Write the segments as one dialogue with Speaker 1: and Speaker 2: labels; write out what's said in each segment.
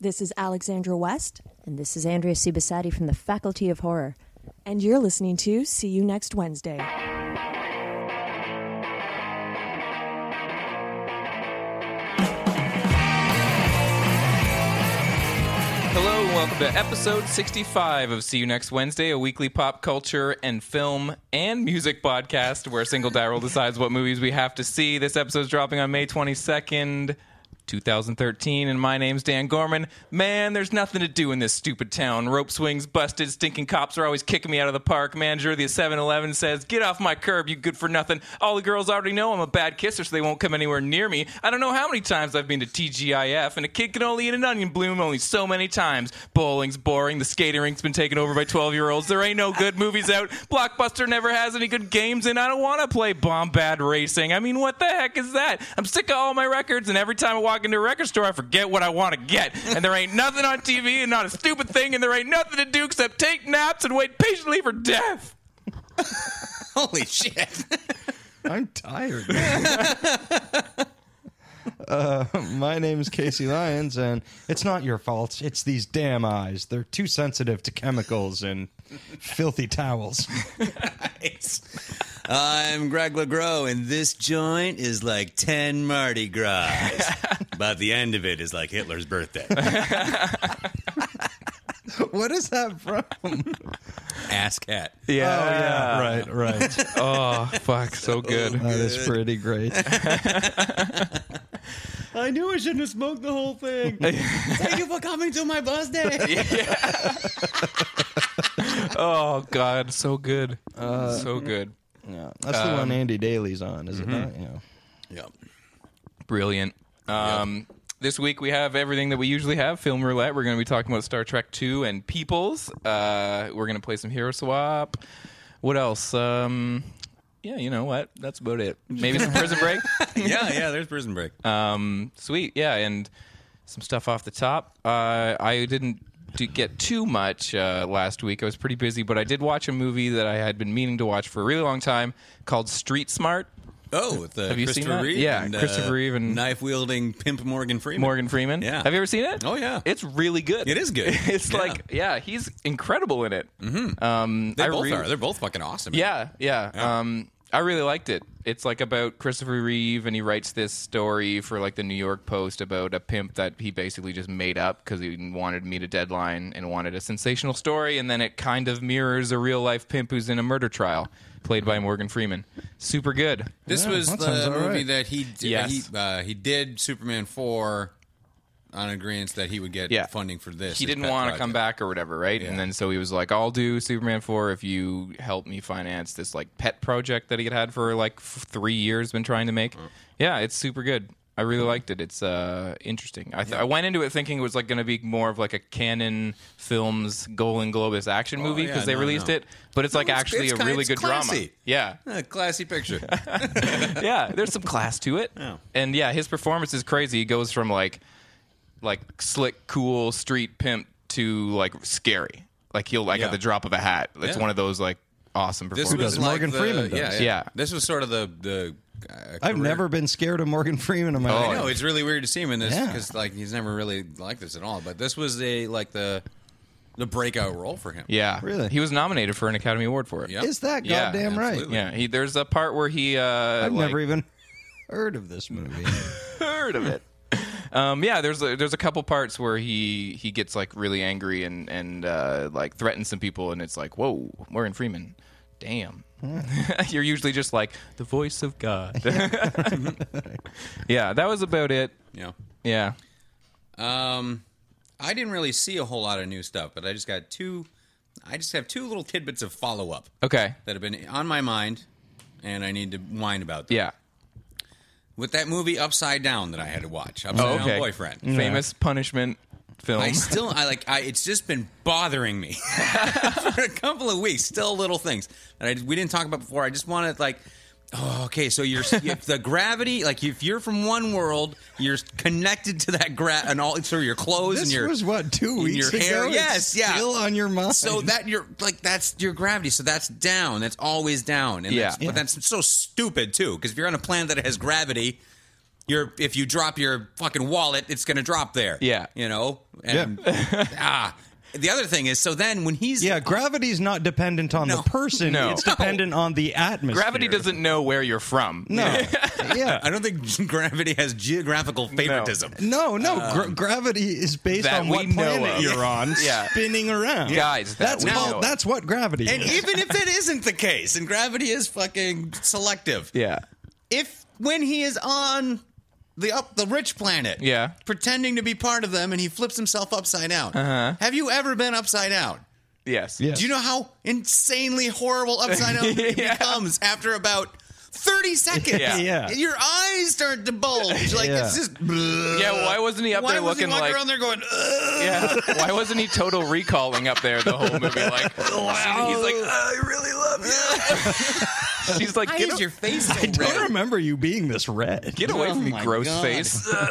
Speaker 1: This is Alexandra West,
Speaker 2: And this is Andrea Subisati from the Faculty of Horror.
Speaker 1: and you're listening to See You Next Wednesday.
Speaker 3: Hello and welcome to episode 65 of See You Next Wednesday, a weekly pop culture and film and music podcast where a single die roll decides what movies we have to see. This episode is dropping on May 22nd, 2013, and my name's Dan Gorman. Man, there's nothing to do in this stupid town. Rope swings busted, stinking cops are always kicking me out of the park. Manager of the 7 Eleven says, Get off my curb, you good for nothing. All the girls already know I'm a bad kisser, so they won't come anywhere near me. I don't know how many times I've been to TGIF, and a kid can only eat an onion bloom only so many times. Bowling's boring. The skating rink's been taken over by 12 year olds. There ain't no good movies out. Blockbuster never has any good games, and I don't want to play Bombad Racing. I mean, what the heck is that? I'm sick of all my records, and every time I walk into a record store, I forget what I want to get. And there ain't nothing on TV, and not a stupid thing, and there ain't nothing to do except take naps and wait patiently for death.
Speaker 4: Holy shit.
Speaker 5: I'm tired. uh, my name is Casey Lyons, and it's not your fault. It's these damn eyes. They're too sensitive to chemicals and filthy towels.
Speaker 4: I'm Greg LeGros, and this joint is like 10 Mardi Gras. but the end of it is like Hitler's birthday.
Speaker 5: what is that from?
Speaker 4: Ass cat.
Speaker 5: Oh, yeah. Right, right.
Speaker 3: Oh, fuck. So good.
Speaker 5: That is pretty great. I knew I shouldn't have smoked the whole thing.
Speaker 4: Thank you for coming to my birthday.
Speaker 3: Oh God, so good, so good,
Speaker 5: Yeah, Um, mm-hmm. that's the one Andy Daly's on, is it not? Yeah.
Speaker 4: yeah.
Speaker 3: brilliant. Um, This week we have everything that we usually have. Film roulette. We're going to be talking about Star Trek Two and Peoples. Uh, we're going to play some Hero Swap. What else? Um, yeah, you know what? That's about it. Maybe some Prison Break.
Speaker 4: Yeah, yeah, there's prison break.
Speaker 3: Uh, Sweet, yeah, and some stuff off the top. Uh, I didn't do, get too much uh, last week. I was pretty busy, but I did watch a movie that I had been meaning to watch for a really long time called Street Smart.
Speaker 4: oh, with uh,
Speaker 3: have you seen
Speaker 4: Christopher
Speaker 3: that?
Speaker 4: Reeve.
Speaker 3: Yeah,
Speaker 4: and, uh,
Speaker 3: Christopher Reeve and-
Speaker 4: knife wielding pimp Morgan Freeman.
Speaker 3: Morgan Freeman.
Speaker 4: Yeah.
Speaker 3: Have you ever seen it?
Speaker 4: Oh, yeah.
Speaker 3: It's really good.
Speaker 4: It is good.
Speaker 3: it's
Speaker 4: Yeah.
Speaker 3: like yeah, he's incredible in it. Mm-hmm. Um,
Speaker 4: They
Speaker 3: I
Speaker 4: both
Speaker 3: really-
Speaker 4: are. They're both fucking awesome.
Speaker 3: Yeah, yeah. Um, I really liked it. It's like about Christopher Reeve, and he writes this story for like the New York Post about a pimp that he basically just made up because he wanted to meet a deadline and wanted a sensational story, and then it kind of mirrors a real life pimp who's in a murder trial, played by Morgan Freeman. Super good.
Speaker 4: This
Speaker 5: Yeah,
Speaker 4: was
Speaker 5: that
Speaker 4: the
Speaker 5: sounds all
Speaker 4: movie
Speaker 5: right.
Speaker 4: that he did,
Speaker 3: Yes.
Speaker 4: he, uh, he did Superman four on agreement that he would get
Speaker 3: Yeah.
Speaker 4: funding for this.
Speaker 3: he
Speaker 4: his
Speaker 3: didn't
Speaker 4: pet
Speaker 3: want to come
Speaker 4: project.
Speaker 3: back or whatever, right? And then so he was like, "I'll do Superman four if you help me finance this like pet project that he had had for like f- three years, been trying to make."
Speaker 4: Uh.
Speaker 3: Yeah, it's super good. I really liked it. It's uh, interesting. I, th- I went into it thinking it was like going to be more of like a canon films Golden Globus action movie
Speaker 4: Oh, yeah,
Speaker 3: because they
Speaker 4: no,
Speaker 3: released
Speaker 4: no.
Speaker 3: it, but it's like
Speaker 4: it's-
Speaker 3: actually
Speaker 4: it's
Speaker 3: a
Speaker 4: kind-
Speaker 3: really
Speaker 4: it's
Speaker 3: good drama.
Speaker 4: classy.
Speaker 3: Yeah,
Speaker 4: Uh, classy picture.
Speaker 3: yeah, there's some class to it. And yeah, his performance is crazy. He goes from like like slick, cool street pimp to like scary. Like he'll like
Speaker 4: Yeah.
Speaker 3: at the drop of a hat. It's
Speaker 4: Yeah.
Speaker 3: one of those like awesome
Speaker 4: This
Speaker 3: performances.
Speaker 4: was
Speaker 5: does?
Speaker 4: like
Speaker 5: Morgan
Speaker 4: the-
Speaker 5: Freeman does.
Speaker 4: Yeah,
Speaker 3: Yeah.
Speaker 4: This was sort of the the. Uh, career-
Speaker 5: I've never been scared of Morgan Freeman in my
Speaker 4: I
Speaker 5: life.
Speaker 4: know it's really weird to see him in this
Speaker 5: Yeah.
Speaker 4: because like he's never really like this at all. But this was a like the the breakout role for him.
Speaker 3: Yeah.
Speaker 5: Really?
Speaker 3: He was nominated for an Academy Award for it.
Speaker 4: Yeah.
Speaker 5: Is that
Speaker 3: Yeah,
Speaker 5: goddamn right?
Speaker 4: absolutely.
Speaker 3: Yeah. He there's a part where he uh
Speaker 5: I've
Speaker 3: like-
Speaker 5: never even heard of this movie.
Speaker 3: third of it. Um, yeah, there's a, there's a couple parts where he he gets like really angry and and uh, like threatens some people, and it's like, whoa, Morgan Freeman, damn.
Speaker 5: Hmm.
Speaker 3: You're usually just like the voice of God. yeah, that was about it.
Speaker 6: Yeah.
Speaker 3: Yeah.
Speaker 6: Um, I didn't really see a whole lot of new stuff, but I just got two. I just have two little tidbits of follow up
Speaker 3: Okay.
Speaker 6: that have been on my mind, and I need to whine about them.
Speaker 3: Yeah.
Speaker 6: With that movie Upside Down that I had to watch, Upside
Speaker 3: Oh, okay.
Speaker 6: Down Boyfriend.
Speaker 3: Famous punishment film.
Speaker 6: I still, I like, I, it's just been bothering me for a couple of weeks. Still little things that I, we didn't talk about before. I just wanted like, oh, okay, so you're if the gravity, like if you're from one world, you're connected to that gra and all, so your clothes and
Speaker 5: This
Speaker 6: your
Speaker 5: was what two
Speaker 6: in
Speaker 5: weeks
Speaker 6: your hair.
Speaker 5: ago. It's
Speaker 6: Yes, yeah.
Speaker 5: still on your mind.
Speaker 6: So that you're like that's your gravity. So that's down. That's always down. And
Speaker 3: Yeah.
Speaker 6: that's- But that's so stupid too, because if you're on a planet that has gravity, you're if you drop your fucking wallet, it's gonna drop there.
Speaker 3: Yeah.
Speaker 6: You know. And, ah. The other thing is, so then when he's
Speaker 5: yeah, gravity's not dependent on
Speaker 6: No.
Speaker 5: the person.
Speaker 3: No.
Speaker 5: It's dependent on the atmosphere.
Speaker 3: Gravity doesn't know where you're from.
Speaker 5: No. yeah.
Speaker 6: I don't think gravity has geographical favoritism.
Speaker 5: No, no. gra- gravity is based
Speaker 3: Um, that
Speaker 5: on what
Speaker 3: we know
Speaker 5: planet
Speaker 3: of.
Speaker 5: you're on,
Speaker 3: Yeah.
Speaker 5: spinning around.
Speaker 3: Guys, that
Speaker 5: that's
Speaker 3: we
Speaker 5: all-
Speaker 3: know of.
Speaker 5: that's what gravity.
Speaker 6: And
Speaker 5: is.
Speaker 6: even if that isn't the case, and gravity is fucking selective.
Speaker 3: Yeah.
Speaker 6: if when he is on the up the rich planet,
Speaker 3: Yeah.
Speaker 6: pretending to be part of them, and he flips himself upside down.
Speaker 3: Uh-huh.
Speaker 6: Have you ever been upside down?
Speaker 3: Yes.
Speaker 5: Yeah.
Speaker 6: Do you know how insanely horrible upside down it
Speaker 3: Yeah.
Speaker 6: becomes after about thirty seconds?
Speaker 3: Yeah.
Speaker 5: Yeah.
Speaker 6: your eyes start to bulge. Like
Speaker 5: Yeah.
Speaker 6: it's just.
Speaker 3: Yeah, why wasn't he up
Speaker 6: Why
Speaker 3: there
Speaker 6: was he
Speaker 3: looking
Speaker 6: walking
Speaker 3: like-
Speaker 6: around there going? "Ugh."
Speaker 3: Yeah. Why wasn't he total recalling up there the whole movie? Like, he's like, I really love you. She's like,
Speaker 6: Why
Speaker 3: get,
Speaker 6: is your face so
Speaker 5: I don't
Speaker 6: red?
Speaker 5: remember you being this red.
Speaker 3: get away
Speaker 6: Oh
Speaker 3: from me,
Speaker 6: my
Speaker 3: gross
Speaker 6: God.
Speaker 3: face.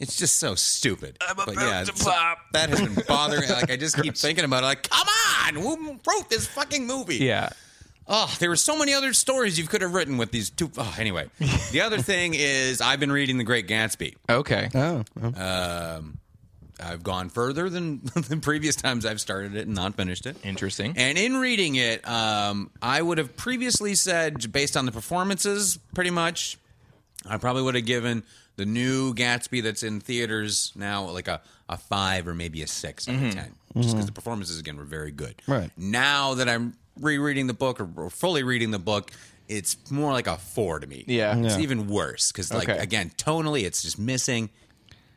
Speaker 6: It's just so stupid. I'm
Speaker 3: about to pop.
Speaker 6: That has been bothering. Like I just keep thinking about it. Like, come on, who wrote this fucking movie?
Speaker 3: yeah.
Speaker 6: Oh, there were so many other stories you could have written with these two. Oh, anyway, the other thing is I've been reading The Great Gatsby.
Speaker 3: Okay.
Speaker 5: Oh, well.
Speaker 6: I've gone further than the previous times I've started it and not finished it.
Speaker 3: Interesting.
Speaker 6: And in reading it, um, I would have previously said, based on the performances, pretty much, I probably would have given the new Gatsby that's in theaters now like a, a five or maybe a six
Speaker 3: Mm-hmm.
Speaker 6: out of ten, just because the performances again were very good.
Speaker 5: Right.
Speaker 6: now that I'm rereading the book or, or fully reading the book, it's more like a four to me.
Speaker 3: Yeah.
Speaker 6: it's
Speaker 5: Yeah.
Speaker 6: even worse because like
Speaker 3: Okay.
Speaker 6: again, tonally, it's just missing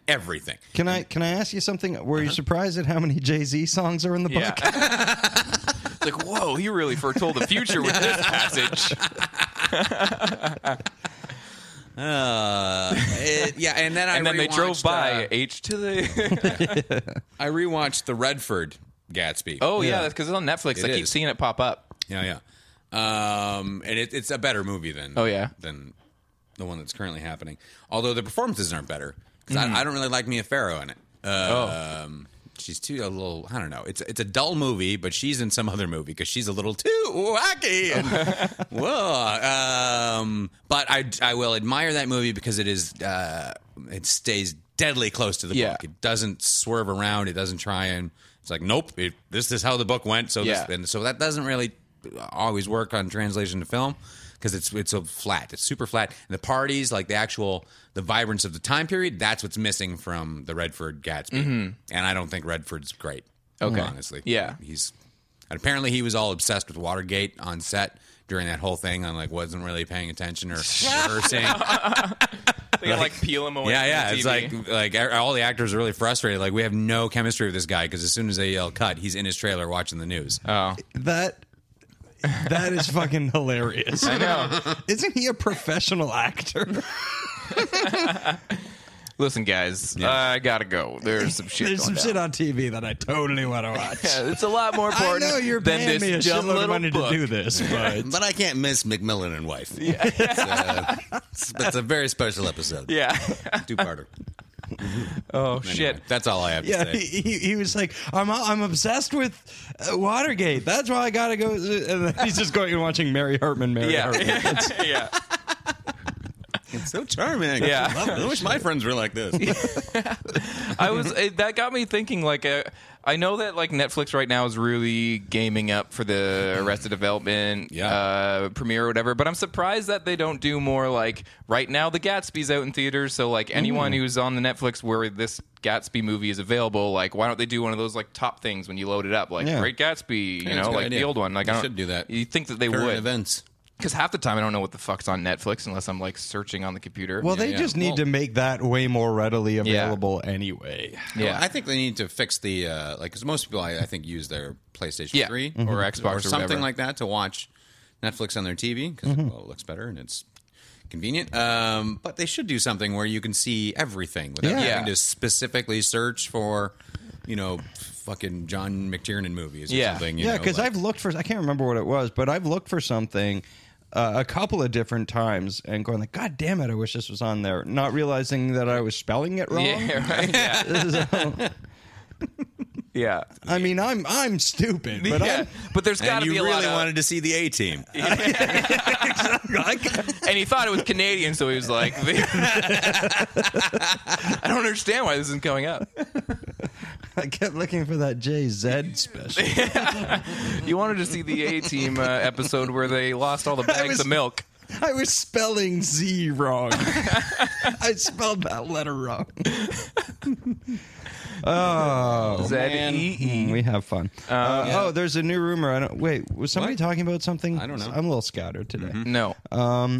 Speaker 6: everything.
Speaker 5: can I can I ask you something? Were you surprised at how many Jay Z songs are in the
Speaker 3: Uh-huh. Yeah.
Speaker 5: book?
Speaker 3: It's like, whoa, he really foretold the future with this passage.
Speaker 6: Uh, it- yeah, and then I
Speaker 3: And then they drove
Speaker 6: rewatched,
Speaker 3: by
Speaker 6: uh,
Speaker 3: H to the.
Speaker 6: I rewatched the Redford Gatsby.
Speaker 3: oh, yeah, that's because it's on Netflix. I keep
Speaker 6: is.
Speaker 3: seeing it pop up.
Speaker 6: yeah, yeah. Um, and it, it's a better movie than
Speaker 3: Oh, yeah.
Speaker 6: than the one that's currently happening. Although the performances aren't better because
Speaker 3: Mm.
Speaker 6: I, I don't really like Mia Farrow in it.
Speaker 3: Oh.
Speaker 6: Uh, Um, she's too a little. I don't know. It's it's a dull movie, but she's in some other movie because she's a little too wacky. And, whoa. Um, but I I will admire that movie because it is uh, it stays deadly close to the
Speaker 3: Yeah.
Speaker 6: book. It doesn't swerve around. It doesn't try and. It's like nope. It, this is how the book went. So
Speaker 3: Yeah.
Speaker 6: this, and so that doesn't really uh, always work on translation to film because it's it's so flat. It's super flat. And the parties, like the actual the vibrance of the time period, that's what's missing from the Redford Gatsby. And I don't think Redford's great.
Speaker 3: Mm-hmm. Okay.
Speaker 6: honestly,
Speaker 3: Yeah.
Speaker 6: he's and apparently he was all obsessed with Watergate on set during that whole thing. and like wasn't really paying attention or rehearsing.
Speaker 3: They gotta, like peel him away.
Speaker 6: Yeah,
Speaker 3: from
Speaker 6: yeah.
Speaker 3: the
Speaker 6: It's
Speaker 3: TV.
Speaker 6: like like er- all the actors are really frustrated. Like we have no chemistry with this guy because as soon as they yell cut, he's in his trailer watching the
Speaker 3: Oh,
Speaker 6: news.
Speaker 5: That that is fucking hilarious. I know. Isn't he a professional actor?
Speaker 3: Listen, guys, I gotta go. There's some shit.
Speaker 5: There's some
Speaker 3: going down.
Speaker 5: shit on TV that I totally want to watch.
Speaker 3: Yeah, it's a lot more
Speaker 5: I
Speaker 3: important
Speaker 5: know you're
Speaker 3: than
Speaker 5: paying
Speaker 3: this
Speaker 5: me a
Speaker 3: dumb
Speaker 5: shitload
Speaker 3: little
Speaker 5: of money
Speaker 3: book.
Speaker 5: to do this, but
Speaker 6: but I can't miss McMillan and wife. Yeah, it's, uh, it's- it's a very special episode.
Speaker 3: Yeah.
Speaker 6: two parter.
Speaker 3: oh shit.
Speaker 6: That's all I have to
Speaker 5: yeah,
Speaker 6: say.
Speaker 5: he, he, he was like, I'm I'm obsessed with uh, Watergate. That's why I gotta go. And then he's just going and watching Mary Hartman. Mary
Speaker 3: Yeah.
Speaker 5: Hartman.
Speaker 3: yeah.
Speaker 4: so charming.
Speaker 3: Yeah.
Speaker 4: I, love this
Speaker 6: I wish
Speaker 4: shit.
Speaker 6: my friends were like this.
Speaker 3: I was it, that got me thinking. Like, uh, I know that like Netflix right now is really gaming up for the Arrested Development
Speaker 6: Mm-hmm. Yeah.
Speaker 3: uh, premiere or whatever, but I'm surprised that they don't do more like right now. The Gatsby's out in theaters, so like
Speaker 6: Mm.
Speaker 3: anyone who's on the Netflix where this Gatsby movie is available, like why don't they do one of those like top things when you load it up, like
Speaker 5: Yeah.
Speaker 3: Great Gatsby, you
Speaker 6: Yeah, that's
Speaker 3: know,
Speaker 6: a good
Speaker 3: like the
Speaker 6: idea.
Speaker 3: old one. Like,
Speaker 6: They
Speaker 3: I don't,
Speaker 6: should do that.
Speaker 3: You think that they
Speaker 6: Current
Speaker 3: would?
Speaker 6: events.
Speaker 3: Because half the time I don't know what the fuck's on Netflix unless I'm like searching on the computer.
Speaker 5: Well, they
Speaker 6: yeah.
Speaker 5: just need
Speaker 6: Well-
Speaker 5: to make that way more readily available anyway.
Speaker 3: yeah.
Speaker 6: I think they need to fix the uh, like because most people I, I think use their PlayStation
Speaker 3: Yeah.
Speaker 6: Three
Speaker 3: Mhm. Or Xbox or
Speaker 6: or something
Speaker 3: whatever. Mm-hmm.
Speaker 6: like that to watch Netflix on their TV because well, it looks better and it's convenient. Um, but they should do something where you can see everything
Speaker 5: Yeah.
Speaker 6: without having to specifically search for you know fucking John McTiernan movies or
Speaker 3: Yeah.
Speaker 6: something. You
Speaker 5: Yeah,
Speaker 6: know,
Speaker 5: because
Speaker 6: like-
Speaker 5: I've looked for I can't remember what it was, but I've looked for something uh, a couple of different times and going like, God damn it, I wish this was on there, not realizing that I was spelling it wrong.
Speaker 3: yeah, right. Yeah.
Speaker 5: So,
Speaker 3: yeah.
Speaker 5: I mean, I'm I'm stupid, but
Speaker 3: yeah.
Speaker 5: I'm
Speaker 3: but there's got
Speaker 4: And
Speaker 3: to
Speaker 4: you
Speaker 3: be a
Speaker 4: really
Speaker 3: lot of.
Speaker 4: wanted to see the A team.
Speaker 3: and he thought it was Canadian, so he was like, "I don't understand why this isn't going up."
Speaker 5: I kept looking for that JZ special.
Speaker 3: You wanted to see the A Team uh, episode where they lost all the
Speaker 5: I
Speaker 3: bags
Speaker 5: was-
Speaker 3: of milk.
Speaker 5: I was spelling Z wrong. I spelled that letter wrong. oh.
Speaker 3: Z E E.
Speaker 5: Mm, we have fun. Uh, Oh, there's a new rumor. I don't. Wait, was somebody talking about something? I
Speaker 6: don't know.
Speaker 5: I'm a little scattered today.
Speaker 3: No,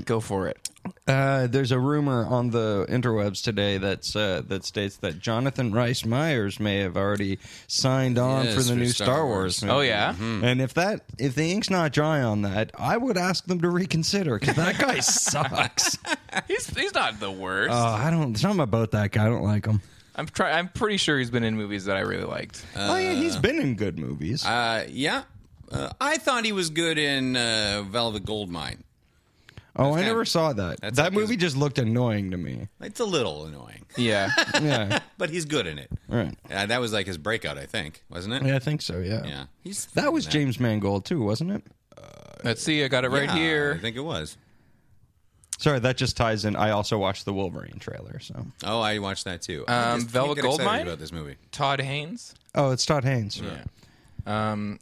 Speaker 3: go for it.
Speaker 5: Uh, there's a rumor on the interwebs today that's uh, that states that Jonathan Rice Myers may have already signed on
Speaker 6: Yes,
Speaker 5: for the
Speaker 6: for
Speaker 5: new
Speaker 6: Star
Speaker 5: Star,
Speaker 6: Wars.
Speaker 5: Wars. Mm-hmm.
Speaker 3: Oh, yeah?
Speaker 5: And if that if the ink's not dry on that, I would ask them to reconsider because that guy sucks.
Speaker 3: He's he's not the worst.
Speaker 5: Oh, I don't. Something about that guy. I don't like him.
Speaker 3: Uh, I'm try- I'm pretty sure he's been in movies that I really liked.
Speaker 5: oh yeah, he's been in good movies.
Speaker 6: uh, yeah. Uh, I thought he was good in uh, Velvet Goldmine.
Speaker 5: oh, I
Speaker 6: kinda-
Speaker 5: never saw that. That
Speaker 6: like his-
Speaker 5: movie just looked annoying to me.
Speaker 6: It's a little annoying,
Speaker 3: yeah,
Speaker 5: Yeah,
Speaker 6: but he's good in it.
Speaker 5: right.
Speaker 6: Uh, that was like his breakout, I think, wasn't it?
Speaker 5: Yeah, I think so. Yeah.
Speaker 6: Yeah. He's
Speaker 5: That was James Mangold too, wasn't it?
Speaker 3: let's see. I got it right
Speaker 6: Yeah,
Speaker 3: here.
Speaker 6: I think it was.
Speaker 5: Sorry, that just ties in. I also watched the Wolverine trailer. So.
Speaker 6: Oh, I watched that too.
Speaker 3: Um,
Speaker 6: I just can't
Speaker 3: Velvet
Speaker 6: get excited
Speaker 3: Goldmine?
Speaker 6: about this movie.
Speaker 3: Todd Haynes.
Speaker 5: Oh, it's Todd Haynes.
Speaker 3: Um,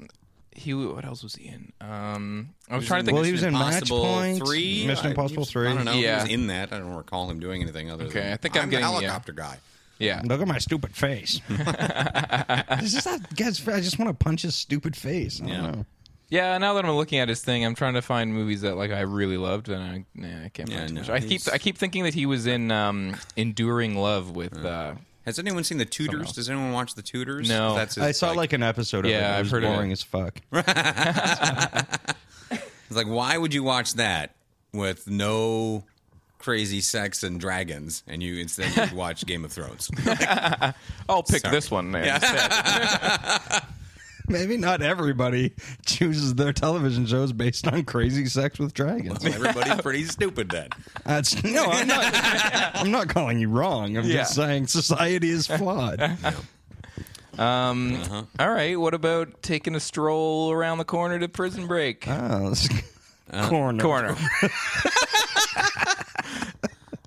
Speaker 3: he what else was he in? Um, I was, trying to think.
Speaker 5: Well, he was in Match
Speaker 6: Impossible
Speaker 5: Point,
Speaker 6: Three,
Speaker 5: Mission
Speaker 6: I-
Speaker 5: Impossible
Speaker 6: I
Speaker 5: Three.
Speaker 6: don't know.
Speaker 3: Yeah.
Speaker 6: He was in that. I don't recall him doing anything other.
Speaker 3: Okay,
Speaker 6: than,
Speaker 3: I think I'm
Speaker 6: the
Speaker 3: getting- yeah.
Speaker 6: helicopter guy.
Speaker 3: yeah,
Speaker 5: Look at my stupid face. This is that guy's. I just want to punch his stupid face. I don't
Speaker 6: Yeah.
Speaker 5: know.
Speaker 3: Yeah, now that I'm looking at his thing, I'm trying to find movies that like I really loved, and I, nah, I can't
Speaker 6: Yeah,
Speaker 3: find too
Speaker 6: no,
Speaker 3: much. I keep
Speaker 6: he's-
Speaker 3: I keep thinking that he was in um, Enduring Love with. Uh,
Speaker 6: Has anyone seen the Tudors? Does anyone watch the Tudors?
Speaker 3: No.
Speaker 6: that's his,
Speaker 5: I saw like, an episode of
Speaker 3: Yeah,
Speaker 5: it. it.
Speaker 3: I've
Speaker 5: was
Speaker 3: heard of it.
Speaker 5: boring as fuck.
Speaker 6: it's like why would you watch that with no crazy sex and dragons, and you instead you'd watch Game of Thrones?
Speaker 3: I'll pick this one. Man, instead.
Speaker 5: Maybe not everybody chooses their television shows based on crazy sex with dragons.
Speaker 6: Everybody's pretty stupid then.
Speaker 5: That's no, I'm not. I'm not calling you wrong. I'm
Speaker 3: Yeah.
Speaker 5: just saying society is flawed.
Speaker 3: All right, what about taking a stroll around the corner to Prison Break?
Speaker 6: Uh,
Speaker 5: Oh, it's- corner.
Speaker 3: corner,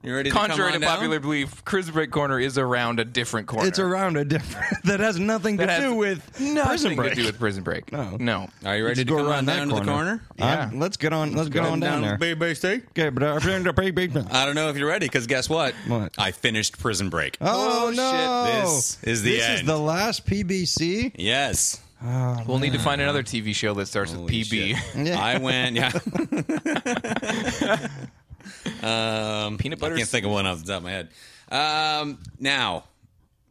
Speaker 6: You ready? To
Speaker 3: contrary
Speaker 6: come
Speaker 3: to
Speaker 6: on
Speaker 3: popular
Speaker 6: down?
Speaker 3: belief, Prison Break corner is around a different corner.
Speaker 5: It's around a different that has nothing
Speaker 3: That
Speaker 5: to
Speaker 3: has
Speaker 5: do with prison
Speaker 3: nothing
Speaker 5: break.
Speaker 3: to do with Prison Break.
Speaker 5: No.
Speaker 3: no.
Speaker 6: Are you ready
Speaker 5: Just
Speaker 6: to
Speaker 5: go
Speaker 6: come on
Speaker 5: around that
Speaker 6: down to the
Speaker 5: corner.
Speaker 6: corner?
Speaker 5: Yeah.
Speaker 3: Yeah.
Speaker 5: let's get on. Let's, get on down, there.
Speaker 6: Bay Bay Steak.
Speaker 5: Okay, but I'm trying to pay big bucks.
Speaker 6: I don't know if you're ready because guess what?
Speaker 5: What?
Speaker 6: I finished Prison Break.
Speaker 5: Oh,
Speaker 3: Oh,
Speaker 5: no!
Speaker 6: This is the
Speaker 5: This
Speaker 6: end.
Speaker 5: is the last PBC.
Speaker 6: yes.
Speaker 3: We'll need to find another TV show that starts with
Speaker 6: Holy
Speaker 3: PB.
Speaker 6: shit. I went. Yeah. um,
Speaker 3: Peanut butter
Speaker 6: I can't think of one off the top of my head. Um, now,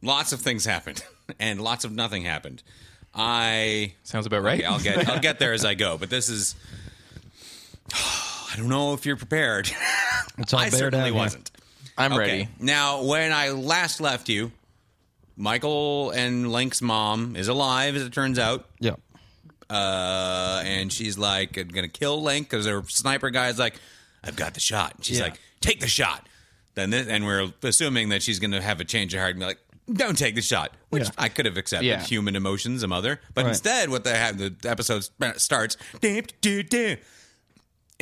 Speaker 6: lots of things happened, and lots of nothing happened. I
Speaker 3: Sounds about right.
Speaker 6: Okay, I'll get I'll get there as I go. But this is. I don't know if you're prepared.
Speaker 5: It's all
Speaker 6: I
Speaker 5: bear down
Speaker 6: certainly
Speaker 5: here.
Speaker 6: wasn't.
Speaker 3: I'm
Speaker 6: Okay.
Speaker 3: ready.
Speaker 6: Now, when I last left you, Michael and Link's mom is alive, as it turns out.
Speaker 5: Yeah.
Speaker 6: Uh, and she's like, going to kill Link because her sniper guy's like, I've got the shot. And she's
Speaker 5: Yeah.
Speaker 6: like, take the shot. Then this, and we're assuming that she's going to have a change of heart and be like, don't take the shot, which
Speaker 5: Yeah.
Speaker 6: I could have accepted.
Speaker 3: Yeah.
Speaker 6: Human emotions, a mother. But
Speaker 5: Right.
Speaker 6: instead, what they have, the episode sp- starts, "Dip, dip, dip."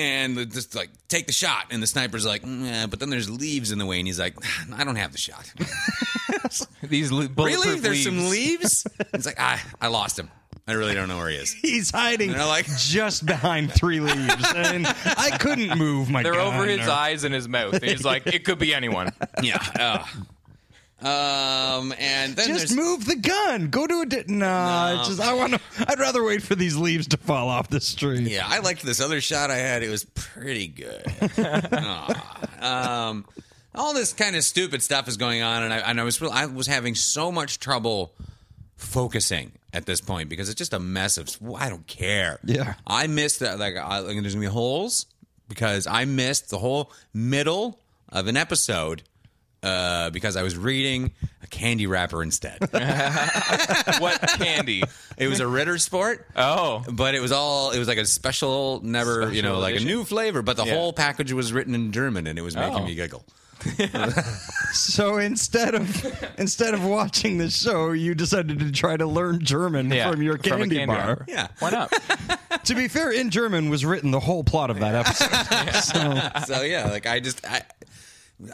Speaker 6: and they just like take the shot and the sniper's like "Mm, yeah, but then there's leaves in the way and he's like i don't have the shot
Speaker 3: These li- bulletproof
Speaker 6: really there's
Speaker 3: leaves.
Speaker 6: some leaves it's like i i lost him i really don't know where he is
Speaker 5: He's hiding
Speaker 6: And they're like-
Speaker 5: just behind three leaves, and I couldn't move my.
Speaker 3: They're over
Speaker 5: gun
Speaker 3: his
Speaker 5: or-
Speaker 3: eyes and his mouth. And he's like, it could be anyone.
Speaker 6: yeah ugh. um and then
Speaker 5: Just
Speaker 6: there's
Speaker 5: move the gun. Go to a. Di- nah, it's just I want to. I'd rather wait for these leaves to fall off the street.
Speaker 6: Yeah, I liked this other shot I had. It was pretty good. Aw. um, all this kind of stupid stuff is going on, and I, and I was real- I was having so much trouble focusing at this point because it's just a mess of I don't care.
Speaker 5: Yeah.
Speaker 6: I missed that. Like, I, like there's gonna be holes because I missed the whole middle of an episode. Uh, because I was reading a candy wrapper instead.
Speaker 3: What candy?
Speaker 6: it was a Ritter Sport
Speaker 3: Oh.
Speaker 6: but it was all it was like a special never you know
Speaker 3: Special
Speaker 6: like
Speaker 3: edition.
Speaker 6: a new flavor but the whole package was written in german and it was making
Speaker 3: Oh.
Speaker 6: me giggle
Speaker 5: So instead of instead of watching the show, you decided to try to learn German
Speaker 3: Yeah,
Speaker 5: from your
Speaker 3: from a
Speaker 5: candy,
Speaker 3: candy
Speaker 5: bar.
Speaker 3: wrapper.
Speaker 6: yeah
Speaker 3: Why not?
Speaker 5: To be fair, in German was written the whole plot of that episode.
Speaker 6: so yeah like i just i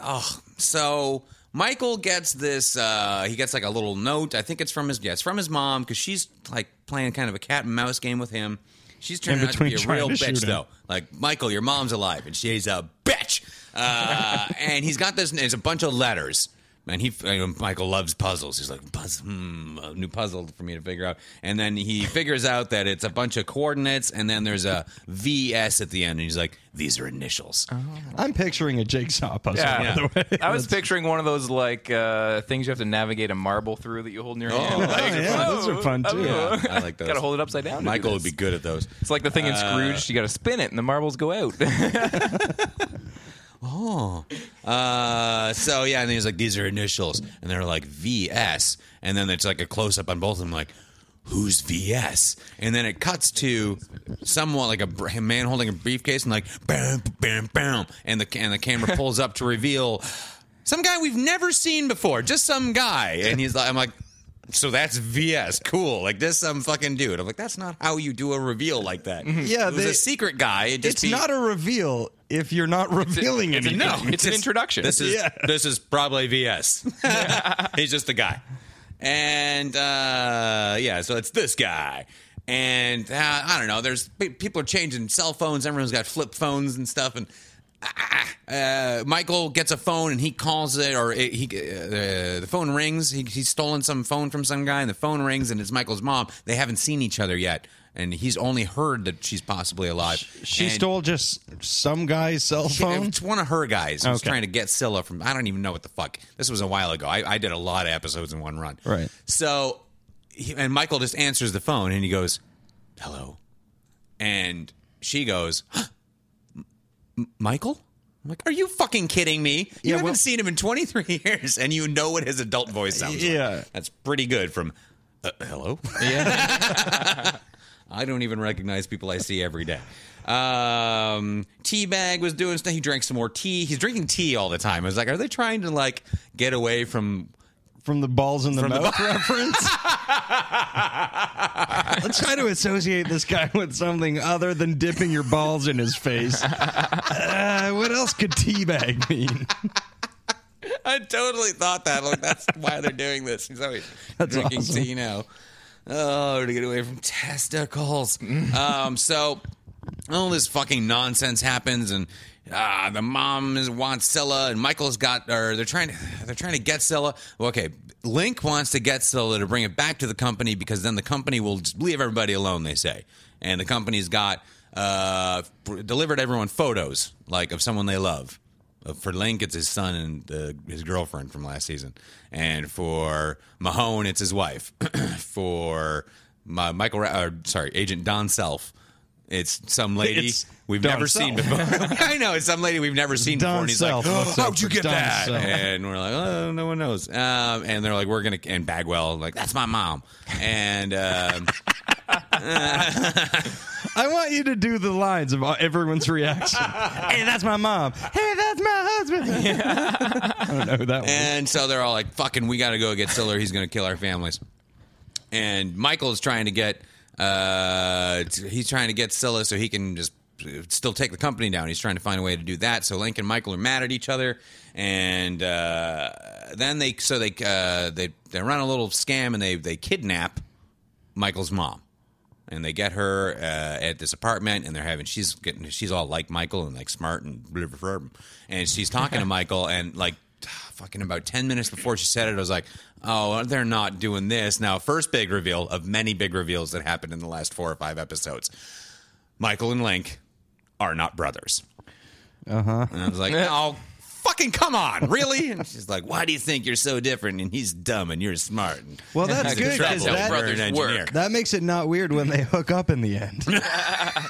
Speaker 6: oh so michael gets this uh he gets like a little note i think it's from his yeah it's from his mom because she's like playing kind of a cat and mouse game with him she's trying not to
Speaker 5: between
Speaker 6: be a
Speaker 5: trying
Speaker 6: real
Speaker 5: to shoot
Speaker 6: bitch
Speaker 5: him.
Speaker 6: though like michael your mom's alive and she's a bitch uh and he's got this it's a bunch of letters and he you know, michael loves puzzles he's like Puzz, hmm, a new puzzle for me to figure out and then he figures out that it's a bunch of coordinates and then there's a vs at the end and he's like these are initials
Speaker 5: So I'm picturing a jigsaw puzzle.
Speaker 3: Yeah.
Speaker 5: By the way.
Speaker 3: I was picturing one of those like uh, things you have to navigate a marble through that you hold in your hand.
Speaker 6: Oh,
Speaker 3: Like,
Speaker 5: yeah, those are fun, too.
Speaker 3: oh.
Speaker 6: I like those.
Speaker 3: Gotta hold it upside down. to do
Speaker 6: Michael would
Speaker 3: this.
Speaker 6: be good at those.
Speaker 3: It's like the thing in Scrooge. You got to spin it, and the marbles go out.
Speaker 6: Oh. Uh, so yeah, and he's like, these are initials, and they're like VS, and then it's like a close up on both of them, like. Who's VS? And then it cuts to someone like a br- a man holding a briefcase and like bam, bam, bam, and the and the camera pulls up to reveal some guy we've never seen before, just some guy, and he's like, I'm like, so that's VS, cool, like this some fucking dude. I'm like, that's not how you do a reveal like that.
Speaker 5: Mm-hmm. Yeah,
Speaker 6: it was
Speaker 5: they-
Speaker 6: a secret guy. It'd just
Speaker 5: It's
Speaker 6: be-
Speaker 5: not a reveal if you're not revealing
Speaker 3: it's a-
Speaker 5: anything.
Speaker 6: no,
Speaker 3: It's an introduction.
Speaker 6: This is
Speaker 5: Yeah.
Speaker 6: this is probably VS. He's just a guy, and uh, yeah, so it's this guy. And uh, I don't know. There's pe- people are changing cell phones. Everyone's got flip phones and stuff. And uh, uh, Michael gets a phone and he calls it, or it, he uh, the phone rings. He, he's stolen some phone from some guy, and the phone rings, and it's Michael's mom. They haven't seen each other yet, and he's only heard that she's possibly alive.
Speaker 5: She
Speaker 6: And-
Speaker 5: stole just some guy's cell
Speaker 6: she-
Speaker 5: phone.
Speaker 6: It's one of her guys who's
Speaker 5: Okay.
Speaker 6: trying to get Scylla from. I don't even know what the fuck. This was a while ago. I, I did a lot of episodes in one run.
Speaker 5: Right.
Speaker 6: So, he, and Michael just answers the phone and he goes, "Hello," and she goes, "Huh? M- "Michael." I'm like, are you fucking kidding me? You
Speaker 5: Yeah,
Speaker 6: haven't
Speaker 5: well-
Speaker 6: seen him in 23 years, and you know what his adult voice sounds like.
Speaker 5: Yeah.
Speaker 6: that's pretty good. From uh, hello. I don't even recognize people I see every day. Um, Teabag was doing stuff. He drank some more tea. He's drinking tea all the time. I was like, are they trying to like get away from?
Speaker 5: from the balls in the
Speaker 6: From the
Speaker 5: mouth reference. Let's try to associate this guy with something other than dipping your balls in his face. Uh, what else could teabag mean?
Speaker 6: I totally thought that. Like, that's why they're doing this. He's always drinking
Speaker 5: awesome.
Speaker 6: tea now. Oh, to get away from testicles. um, so all this fucking nonsense happens, and ah, the mom is, wants Scylla, and Michael's got, or they're trying to, they're trying to get Scylla. Well, Okay, Link wants to get Scylla to bring it back to the company because then the company will just leave everybody alone. They say, and the company's got uh, pr- delivered everyone photos like of someone they love. Uh, For Link, it's his son and uh, his girlfriend from last season, and for Mahone, it's his wife. for my Michael, Ra- or, sorry, Agent Don Self, it's some lady
Speaker 5: It's
Speaker 6: we've
Speaker 5: Don
Speaker 6: never
Speaker 5: Self.
Speaker 6: seen before. I know it's some lady we've never seen
Speaker 5: Don
Speaker 6: before, and he's
Speaker 5: Self.
Speaker 6: like,
Speaker 5: What's up
Speaker 6: "How'd you
Speaker 5: with
Speaker 6: get
Speaker 5: Don
Speaker 6: that?"
Speaker 5: Self?
Speaker 6: And we're like, "Oh, no one knows." Um, and they're like, "We're gonna," and Bagwell like, "That's my mom," and um,
Speaker 5: I want you to do the lines of everyone's reaction. hey, that's my mom. Hey, that's my husband. I don't know who that was.
Speaker 6: and so they're all like, "Fucking, we gotta go get Siller. He's gonna kill our families." And Michael's trying to get, uh, t- he's trying to get Scylla so he can just still take the company down. He's trying to find a way to do that. So Link and Michael are mad at each other, and uh, then they so they uh, they they run a little scam and they they kidnap Michael's mom, and they get her uh, at this apartment, and they're having she's getting she's all like Michael and like smart and blah, blah, blah, blah. and she's talking to Michael and like fucking about 10 minutes before she said it, I was like, oh, they're not doing this. Now, first big reveal of many big reveals that happened in the last four or five episodes. Michael and Link are not brothers.
Speaker 5: Uh-huh.
Speaker 6: Uh huh. And I was like, oh, fucking come on, really? And she's like, why do you think you're so different? And he's dumb and you're smart. And
Speaker 5: Well, that's
Speaker 6: he's in
Speaker 5: good, 'cause
Speaker 6: trouble.
Speaker 5: that-
Speaker 6: Brother and
Speaker 3: Brothers work.
Speaker 6: engineer.
Speaker 5: That makes it not weird when they hook up in the end.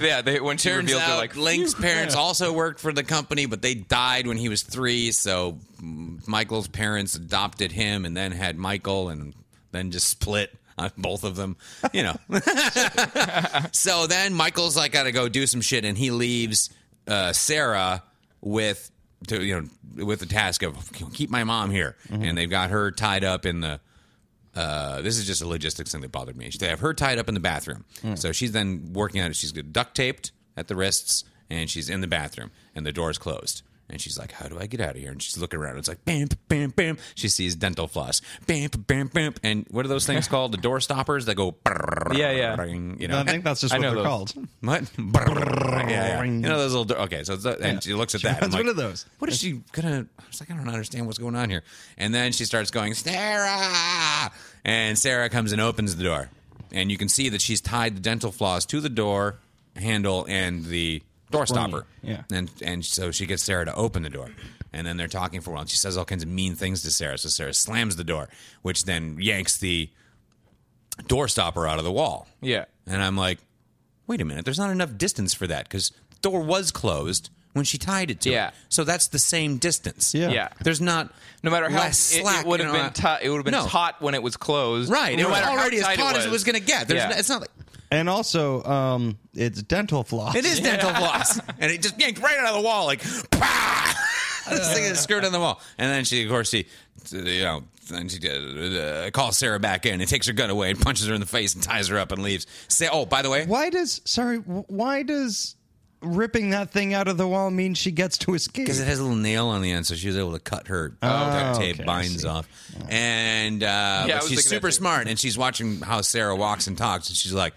Speaker 3: Yeah, they, when she
Speaker 6: Turns
Speaker 3: reveals, they're
Speaker 6: out
Speaker 3: like,
Speaker 6: Link's parents also worked for the company, but they died when he was three. So mm, Michael's parents adopted him and then had Michael and then just split on both of them, you know. so then Michael's like, gotta go do some shit, and he leaves uh, Sarah with, to, you know, with the task of keep my mom here, and they've got her tied up in the uh, this is just a logistics thing that bothered me. They have her tied up in the bathroom.
Speaker 3: Hmm.
Speaker 6: So she's then working on it. She's duct taped at the wrists and she's in the bathroom and the door's closed. And she's like, How do I get out of here? And she's looking around. It's like, bam, bam, bam. She sees dental floss. Bam, bam, bam. And what are those things called? The door stoppers that go.
Speaker 3: Yeah, yeah.
Speaker 6: You know,
Speaker 5: I think that's just
Speaker 3: I
Speaker 5: what
Speaker 3: know
Speaker 5: they're
Speaker 3: those.
Speaker 5: called.
Speaker 6: what? Yeah, yeah. You know those little. do- Okay, so it's, and she looks at
Speaker 5: She
Speaker 6: that.
Speaker 5: runs
Speaker 6: and I'm like,
Speaker 5: one of those.
Speaker 6: What is she gonna? I was like, I don't understand what's going on here. And then she starts going, Sarah, and Sarah comes and opens the door, and you can see that she's tied the dental floss to the door handle and the door stopper.
Speaker 5: yeah.
Speaker 6: And and so she gets Sarah to open the door. And then they're talking for a while. And she says all kinds of mean things to Sarah. So Sarah slams the door, which then yanks the door stopper out of the wall.
Speaker 3: Yeah.
Speaker 6: And I'm like, wait a minute, there's not enough distance for that because the door was closed when she tied it to
Speaker 3: Yeah.
Speaker 6: it. So that's the same distance.
Speaker 5: Yeah.
Speaker 3: Yeah.
Speaker 6: There's not
Speaker 3: No matter how
Speaker 6: less
Speaker 3: it-
Speaker 6: slack
Speaker 3: it, would
Speaker 6: and
Speaker 3: have
Speaker 6: all
Speaker 3: been,
Speaker 6: that.
Speaker 3: ti- it would have been
Speaker 6: No.
Speaker 3: hot when it was closed.
Speaker 6: Right.
Speaker 3: No
Speaker 6: it was
Speaker 3: matter how
Speaker 6: already as
Speaker 3: tight
Speaker 6: hot as it was going to get. There's
Speaker 3: Yeah.
Speaker 6: no- it's not like
Speaker 5: And also, um, it's dental floss.
Speaker 6: it is dental floss, and it just yanked right out of the wall like. "Pah!" this thing is skirt on the wall, and then she, of course, she, you know, then she uh, calls Sarah back in and takes her gun away and punches her in the face and ties her up and leaves. Say, oh, by the way,
Speaker 5: Why does sorry? wh- Why does ripping that thing out of the wall mean she gets to escape?
Speaker 6: Because it has a little nail on the end, so she was able to cut her duct tape
Speaker 5: Oh, okay, I
Speaker 6: binds
Speaker 5: see.
Speaker 6: off. And uh,
Speaker 3: I
Speaker 6: but
Speaker 3: was
Speaker 6: she's
Speaker 3: thinking that
Speaker 6: super
Speaker 3: too.
Speaker 6: smart, and she's watching how Sarah walks and talks, and she's like,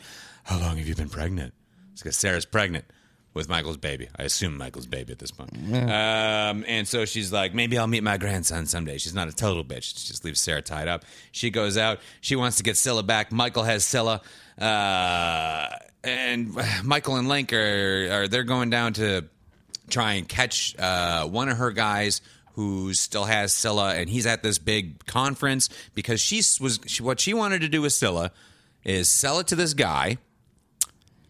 Speaker 6: "How long have you been pregnant?" It's because Sarah's pregnant with Michael's baby. I assume Michael's baby at this point. Um, and so she's like, "Maybe I'll meet my grandson someday." She's not a total bitch. She just leaves Sarah tied up. She goes out. She wants to get Scylla back. Michael has Scylla. Uh, and Michael and Link are, are they're going down to try and catch uh, one of her guys who still has Scylla, and he's at this big conference because she s- was she, what she wanted to do with Scylla is sell it to this guy,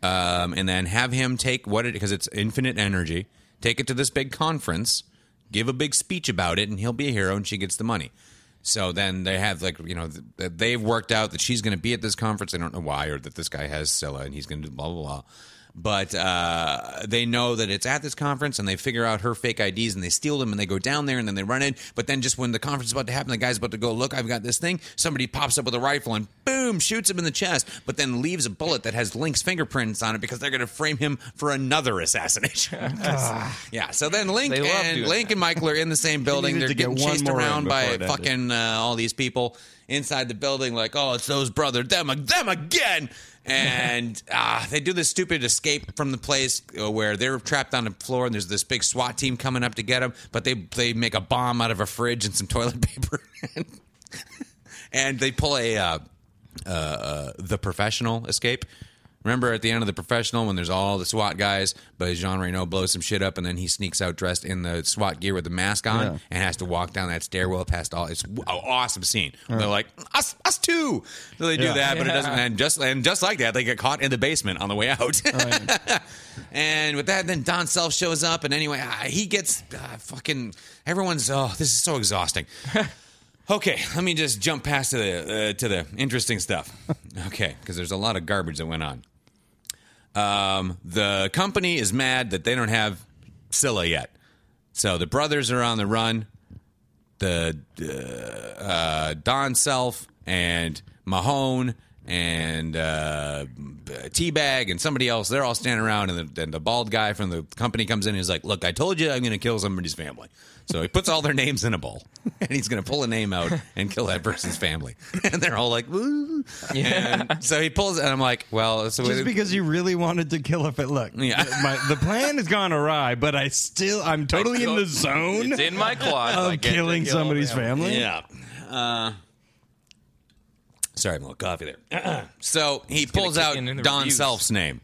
Speaker 6: um, and then have him take what it because it's infinite energy, take it to this big conference, give a big speech about it, and he'll be a hero, and she gets the money. So then they have like you know th- th- they've worked out that she's going to be at this conference. They don't know why, or that this guy has Scylla and he's going to do blah blah blah. But uh, they know that it's at this conference, and they figure out her fake IDs, and they steal them, and they go down there, and then they run in. But then just when the conference is about to happen, the guy's about to go look. I've got this thing. Somebody pops up with a rifle and boom shoots him in the chest, but then leaves a bullet that has Link's fingerprints on it because they're going to frame him for another assassination. yeah. So then
Speaker 3: Ah.
Speaker 6: Link
Speaker 3: They love
Speaker 6: and
Speaker 3: doing
Speaker 6: Link
Speaker 3: that.
Speaker 6: and Michael are in the same building.
Speaker 5: needed
Speaker 6: They're
Speaker 5: to get
Speaker 6: getting
Speaker 5: one
Speaker 6: chased
Speaker 5: more in
Speaker 6: around by
Speaker 5: before it ended.
Speaker 6: fucking fucking, uh, all these people inside the building, like, oh, it's those brother, them, ag- them again. And ah, they do this stupid escape from the place uh, where they're trapped on the floor, and there's this big SWAT team coming up to get them. But they they make a bomb out of a fridge and some toilet paper, and they pull a uh, uh, uh, the professional escape. Remember at the end of the professional when there's all the SWAT guys, but Jean Reno blows some shit up and then he sneaks out dressed in the SWAT gear with the mask on and has to walk down that stairwell past all. It's an awesome scene. They're like us, us too. So they do
Speaker 5: Yeah.
Speaker 6: that, but it doesn't. And just and just like that, they get caught in the basement on the way out. And with that, then Don Self shows up, and anyway, uh, he gets uh, fucking everyone's. Oh, this is so exhausting. okay, let me just jump past to the uh, to the interesting stuff. Okay, because there's a lot of garbage that went on. Um, the company is mad that they don't have Scylla yet, so the brothers are on the run. The uh, uh, Don Self and Mahone and uh, Teabag and somebody else. They're all standing around, and the, and the bald guy from the company comes in and he's like, Look, I told you I'm going to kill somebody's family. So he puts all their names in a bowl, and he's going to pull a name out and kill that person's family. And they're all like, Woo. And so he pulls, and I'm like, Well, so
Speaker 5: Just because you really wanted to kill if it look.
Speaker 6: Yeah.
Speaker 5: My, the plan has gone awry, but I still I'm totally in the zone
Speaker 3: It's in my closet. I
Speaker 5: of
Speaker 3: get to
Speaker 5: killing
Speaker 3: kill
Speaker 5: somebody's
Speaker 3: them.
Speaker 5: family.
Speaker 6: Yeah. Uh, sorry, I'm a little coffee there. so he pulls
Speaker 3: kick
Speaker 6: out
Speaker 3: in the
Speaker 6: Don
Speaker 3: reviews.
Speaker 6: Self's name.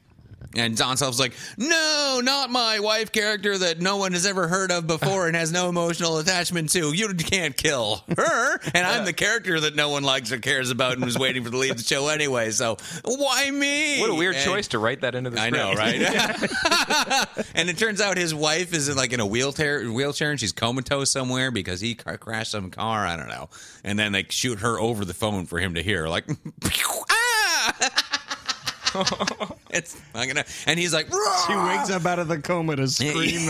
Speaker 6: And Don Self's like, no, not my wife character that no one has ever heard of before and has no emotional attachment to. You can't kill her. And I'm the character that no one likes or cares about and was waiting for to leave the show anyway. So why me?
Speaker 3: What a weird
Speaker 6: And-
Speaker 3: choice to write that into the
Speaker 6: I
Speaker 3: script.
Speaker 6: know, right? and it turns out his wife is in like in a wheelchair, wheelchair, and she's comatose somewhere because he car- crashed some car. I don't know. And then they shoot her over the phone for him to hear, like, ah! it's not gonna. And he's like,
Speaker 5: She wakes up out of the coma to scream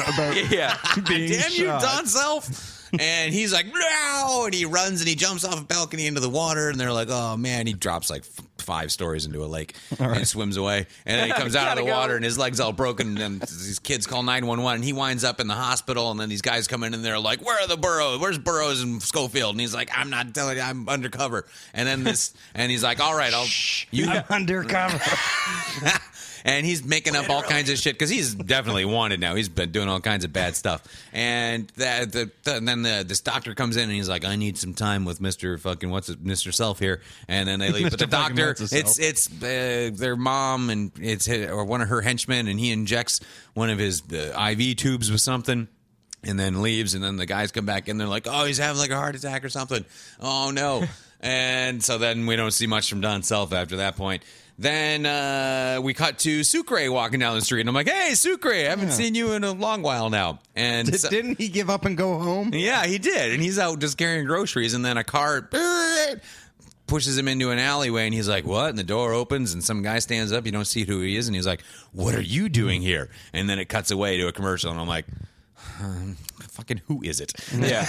Speaker 5: about
Speaker 3: yeah.
Speaker 5: being
Speaker 6: Damn you,
Speaker 5: shot.
Speaker 6: Don Self. and he's like, no. And he runs and he jumps off a balcony into the water. And they're like, oh, man. He drops like f- five stories into a lake and swims away. And then he comes out of the
Speaker 3: Gotta go.
Speaker 6: water and his leg's all broken. And these kids call 911. And he winds up in the hospital. And then these guys come in and they're like, where are the Burrows? Where's Burrows and Schofield? And he's like, I'm not telling you. I'm undercover. And then this, and he's like, all right, I'll. You,
Speaker 5: I'm undercover.
Speaker 6: and he's making up all kinds of shit because he's definitely wanted now. He's been doing all kinds of bad stuff. And that the, the and then the this doctor comes in and he's like, "I need some time with Mister fucking what's it, Mister Self here." And then they leave. but the
Speaker 5: Mr. fucking
Speaker 6: doctor,
Speaker 5: what's his
Speaker 6: it's it's uh, their mom and it's hi- or one of her henchmen, and he injects one of his uh, IV tubes with something and then leaves. And then the guys come back in. They're like, oh, he's having like a heart attack or something. Oh, no. and so then we don't see much from Don Self after that point. Then uh, we cut to Sucre walking down the street. And I'm like, hey, Sucre, I haven't seen you in a long while now. And so-
Speaker 5: Didn't he give up and go home?
Speaker 6: yeah, he did. And he's out just carrying groceries, and then a car pushes him into an alleyway, and he's like, What? And the door opens, and some guy stands up. You don't see who he is, and he's like, What are you doing here? And then it cuts away to a commercial, and I'm like, um, Fucking who is it?
Speaker 3: Yeah.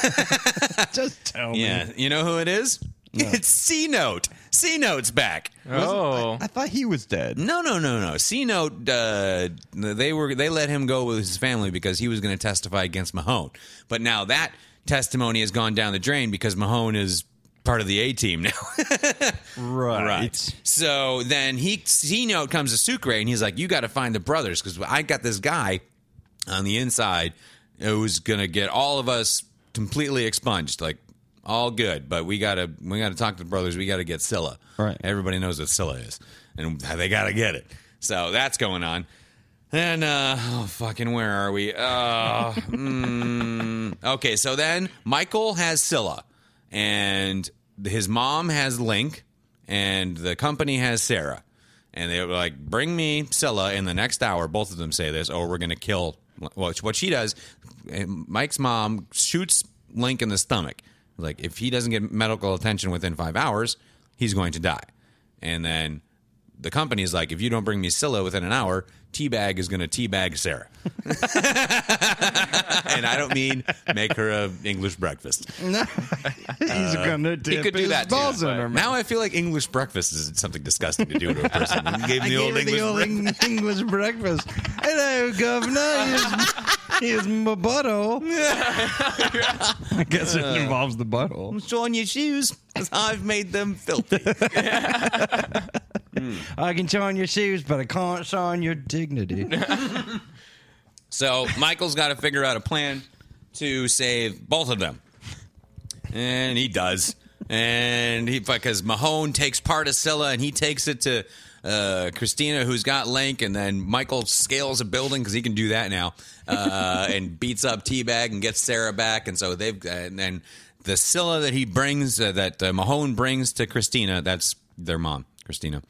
Speaker 5: Just tell me.
Speaker 6: Yeah. You know who it is? It's C Note. C Note's back.
Speaker 3: Oh.
Speaker 5: I thought he was dead.
Speaker 6: No, no, no, no. C note. Uh, they were they let him go with his family because he was going to testify against Mahone. But now that testimony has gone down the drain because Mahone is part of the A team now.
Speaker 5: Right.
Speaker 6: So then he C note comes to Sucre and he's like, "You got to find the brothers because I got this guy on the inside who's going to get all of us completely expunged, like." All good, but we gotta we gotta talk to the brothers. We gotta get Scylla.
Speaker 5: Right.
Speaker 6: Everybody knows what Scylla is, and they gotta get it. So that's going on. And uh, oh, fucking, where are we? Uh, mm, okay, so then Michael has Scylla, and his mom has Link, and the company has Sarah. And they were like, bring me Scylla in the next hour. Both of them say this, or we're going to kill. Well, it's what she does, and Mike's mom shoots Link in the stomach. Like, if he doesn't get medical attention within five hours, he's going to die. And then the company is like, if you don't bring me Scylla within an hour, Teabag is going to teabag Sarah. and I don't mean make her a English breakfast.
Speaker 5: He's gonna dip
Speaker 6: Uh, could do
Speaker 5: his
Speaker 6: that too,
Speaker 5: balls in her mouth.
Speaker 6: Now I feel like English breakfast is something disgusting to do to a person. You Gave him the
Speaker 5: I
Speaker 6: old
Speaker 5: gave her
Speaker 6: English
Speaker 5: the old
Speaker 6: breakfast.
Speaker 5: Eng- English breakfast. Hello, governor. Here's, here's my butthole. I guess it involves the butthole.
Speaker 6: on your shoes 'cause I've made them filthy.
Speaker 5: I can show on your shoes, but I can't show on your dignity.
Speaker 6: So Michael's got to figure out a plan to save both of them, and he does. And he because Mahone takes part of Scylla, and he takes it to uh, Christina, who's got Link, and then Michael scales a building because he can do that now, uh, and beats up Teabag and gets Sarah back, and so they've and then the Scylla that he brings uh, that uh, Mahone brings to Christina, that's their mom, Christina.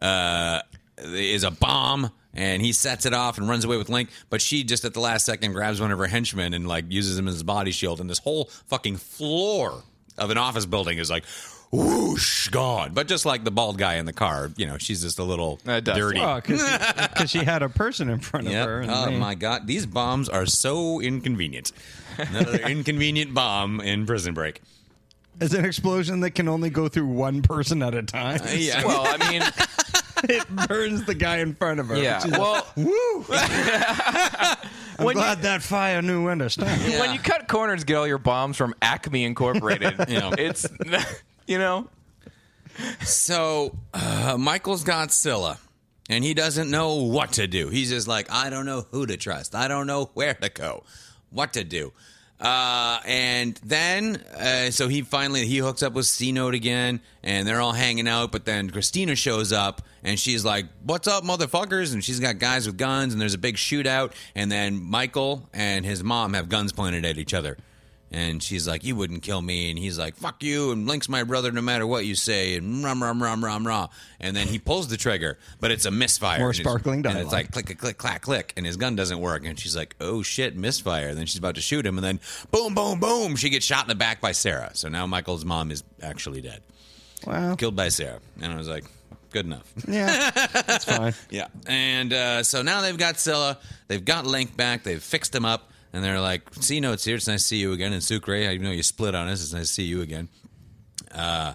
Speaker 6: Uh, is a bomb and he sets it off and runs away with Link, but she just at the last second grabs one of her henchmen and like uses him as a body shield and this whole fucking floor of an office building is like whoosh gone. But just like the bald guy in the car, you know, she's just a little
Speaker 3: That does
Speaker 6: dirty.
Speaker 5: Because she, had a person in front of
Speaker 6: Yep.
Speaker 5: her. and
Speaker 6: Oh
Speaker 5: they-
Speaker 6: my god, these bombs are so inconvenient. Another inconvenient bomb in Prison Break.
Speaker 5: as an explosion that can only go through one person at a time.
Speaker 6: Uh, yeah.
Speaker 3: Well, I mean,
Speaker 5: it burns the guy in front of her.
Speaker 3: yeah.
Speaker 5: She's
Speaker 3: Well,
Speaker 5: I'm glad that fire knew when to stop.
Speaker 3: when you cut corners, get all your bombs from Acme Incorporated.
Speaker 6: Yeah.
Speaker 3: It's, you know,
Speaker 6: So uh, Michael's Godzilla, and he doesn't know what to do. He's just like, I don't know who to trust. I don't know where to go, what to do. Uh, and then, uh, so he finally he hooks up with C Note again, and they're all hanging out. But then Christina shows up, and she's like, "What's up, motherfuckers?" And she's got guys with guns, and there's a big shootout. And then Michael and his mom have guns pointed at each other. And she's like, "You wouldn't kill me," and he's like, "Fuck you!" and links my brother no matter what you say, and rum rum rum rum rum. And then he pulls the trigger, but it's a misfire.
Speaker 5: More
Speaker 6: And it's-
Speaker 5: sparkling
Speaker 6: And it's
Speaker 5: dialogue.
Speaker 6: like click click click clack click, and his gun doesn't work. And she's like, "Oh shit, misfire!" And then she's about to shoot him, and then boom boom boom, she gets shot in the back by Sarah. So now Michael's mom is actually dead,
Speaker 5: Well,
Speaker 6: killed by Sarah. And I was like, "Good enough."
Speaker 5: yeah, that's fine.
Speaker 6: Yeah. And uh, so now they've got Scylla, they've got Link back, they've fixed him up, and they're like, C Note's here, it's nice to see you again. And Sucre, I know you split on us, it's nice to see you again. Uh,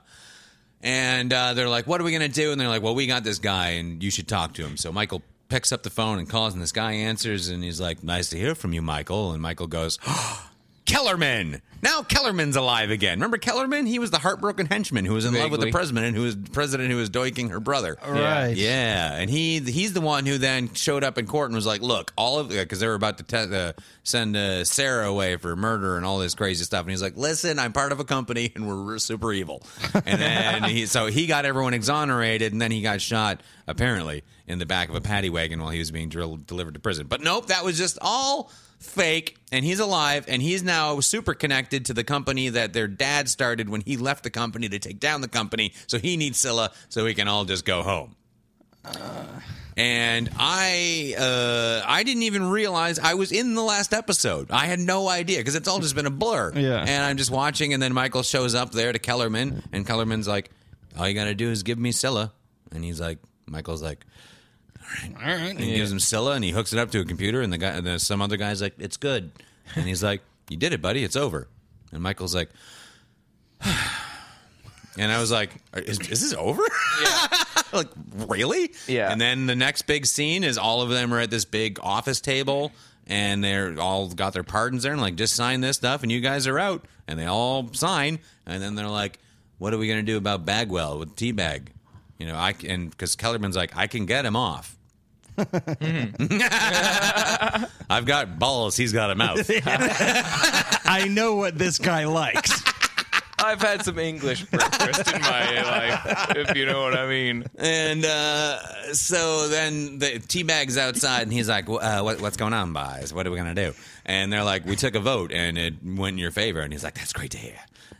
Speaker 6: and uh, they're like, what are we going to do? And they're like, well, we got this guy, and you should talk to him. So Michael picks up the phone and calls, and this guy answers, and he's like, nice to hear from you, Michael. And Michael goes, Kellerman. Now Kellerman's alive again. Remember Kellerman? He was the heartbroken henchman who was in love with the
Speaker 3: Vaguely.
Speaker 6: president, who was president who was doinking her brother.
Speaker 5: Right.
Speaker 6: Yeah, and he he's the one who then showed up in court and was like, "Look, all of because they were about to te- uh, send uh, Sarah away for murder and all this crazy stuff." And he's like, "Listen, I'm part of a company and we're, we're super evil." And then he so he got everyone exonerated, and then he got shot apparently in the back of a paddy wagon while he was being drilled, delivered to prison. But nope, that was just all fake and he's alive and he's now super connected to the company that their dad started when he left the company to take down the company so he needs Scylla so we can all just go home and I uh, I didn't even realize I was in the last episode. I had no idea because it's all just been a blur.
Speaker 5: Yeah.
Speaker 6: And I'm just watching, and then Michael shows up there to Kellerman, and Kellerman's like, "All you gotta do is give me Scylla," and he's like, "Michael's like." All right. And he gives him Scylla and he hooks it up to a computer and the guy and then some other guy's like, It's good. And he's like, You did it, buddy, it's over. And Michael's like And I was like, Is, is this over? like, really?
Speaker 3: Yeah.
Speaker 6: And then the next big scene is all of them are at this big office table and they're all got their pardons there and like, just sign this stuff and you guys are out. And they all sign. And then they're like, what are we going to do about Bagwell with Teabag? You know, I can, because Kellerman's like, I can get him off. I've got balls. He's got a mouth.
Speaker 5: I know what this guy likes.
Speaker 3: I've had some English breakfast in my life, if you know what I mean.
Speaker 6: and uh, so then the teabag's outside, and he's like, uh, what, "What's going on, boys? What are we gonna do?" And they're like, "We took a vote, and it went in your favor." And he's like, "That's great to hear."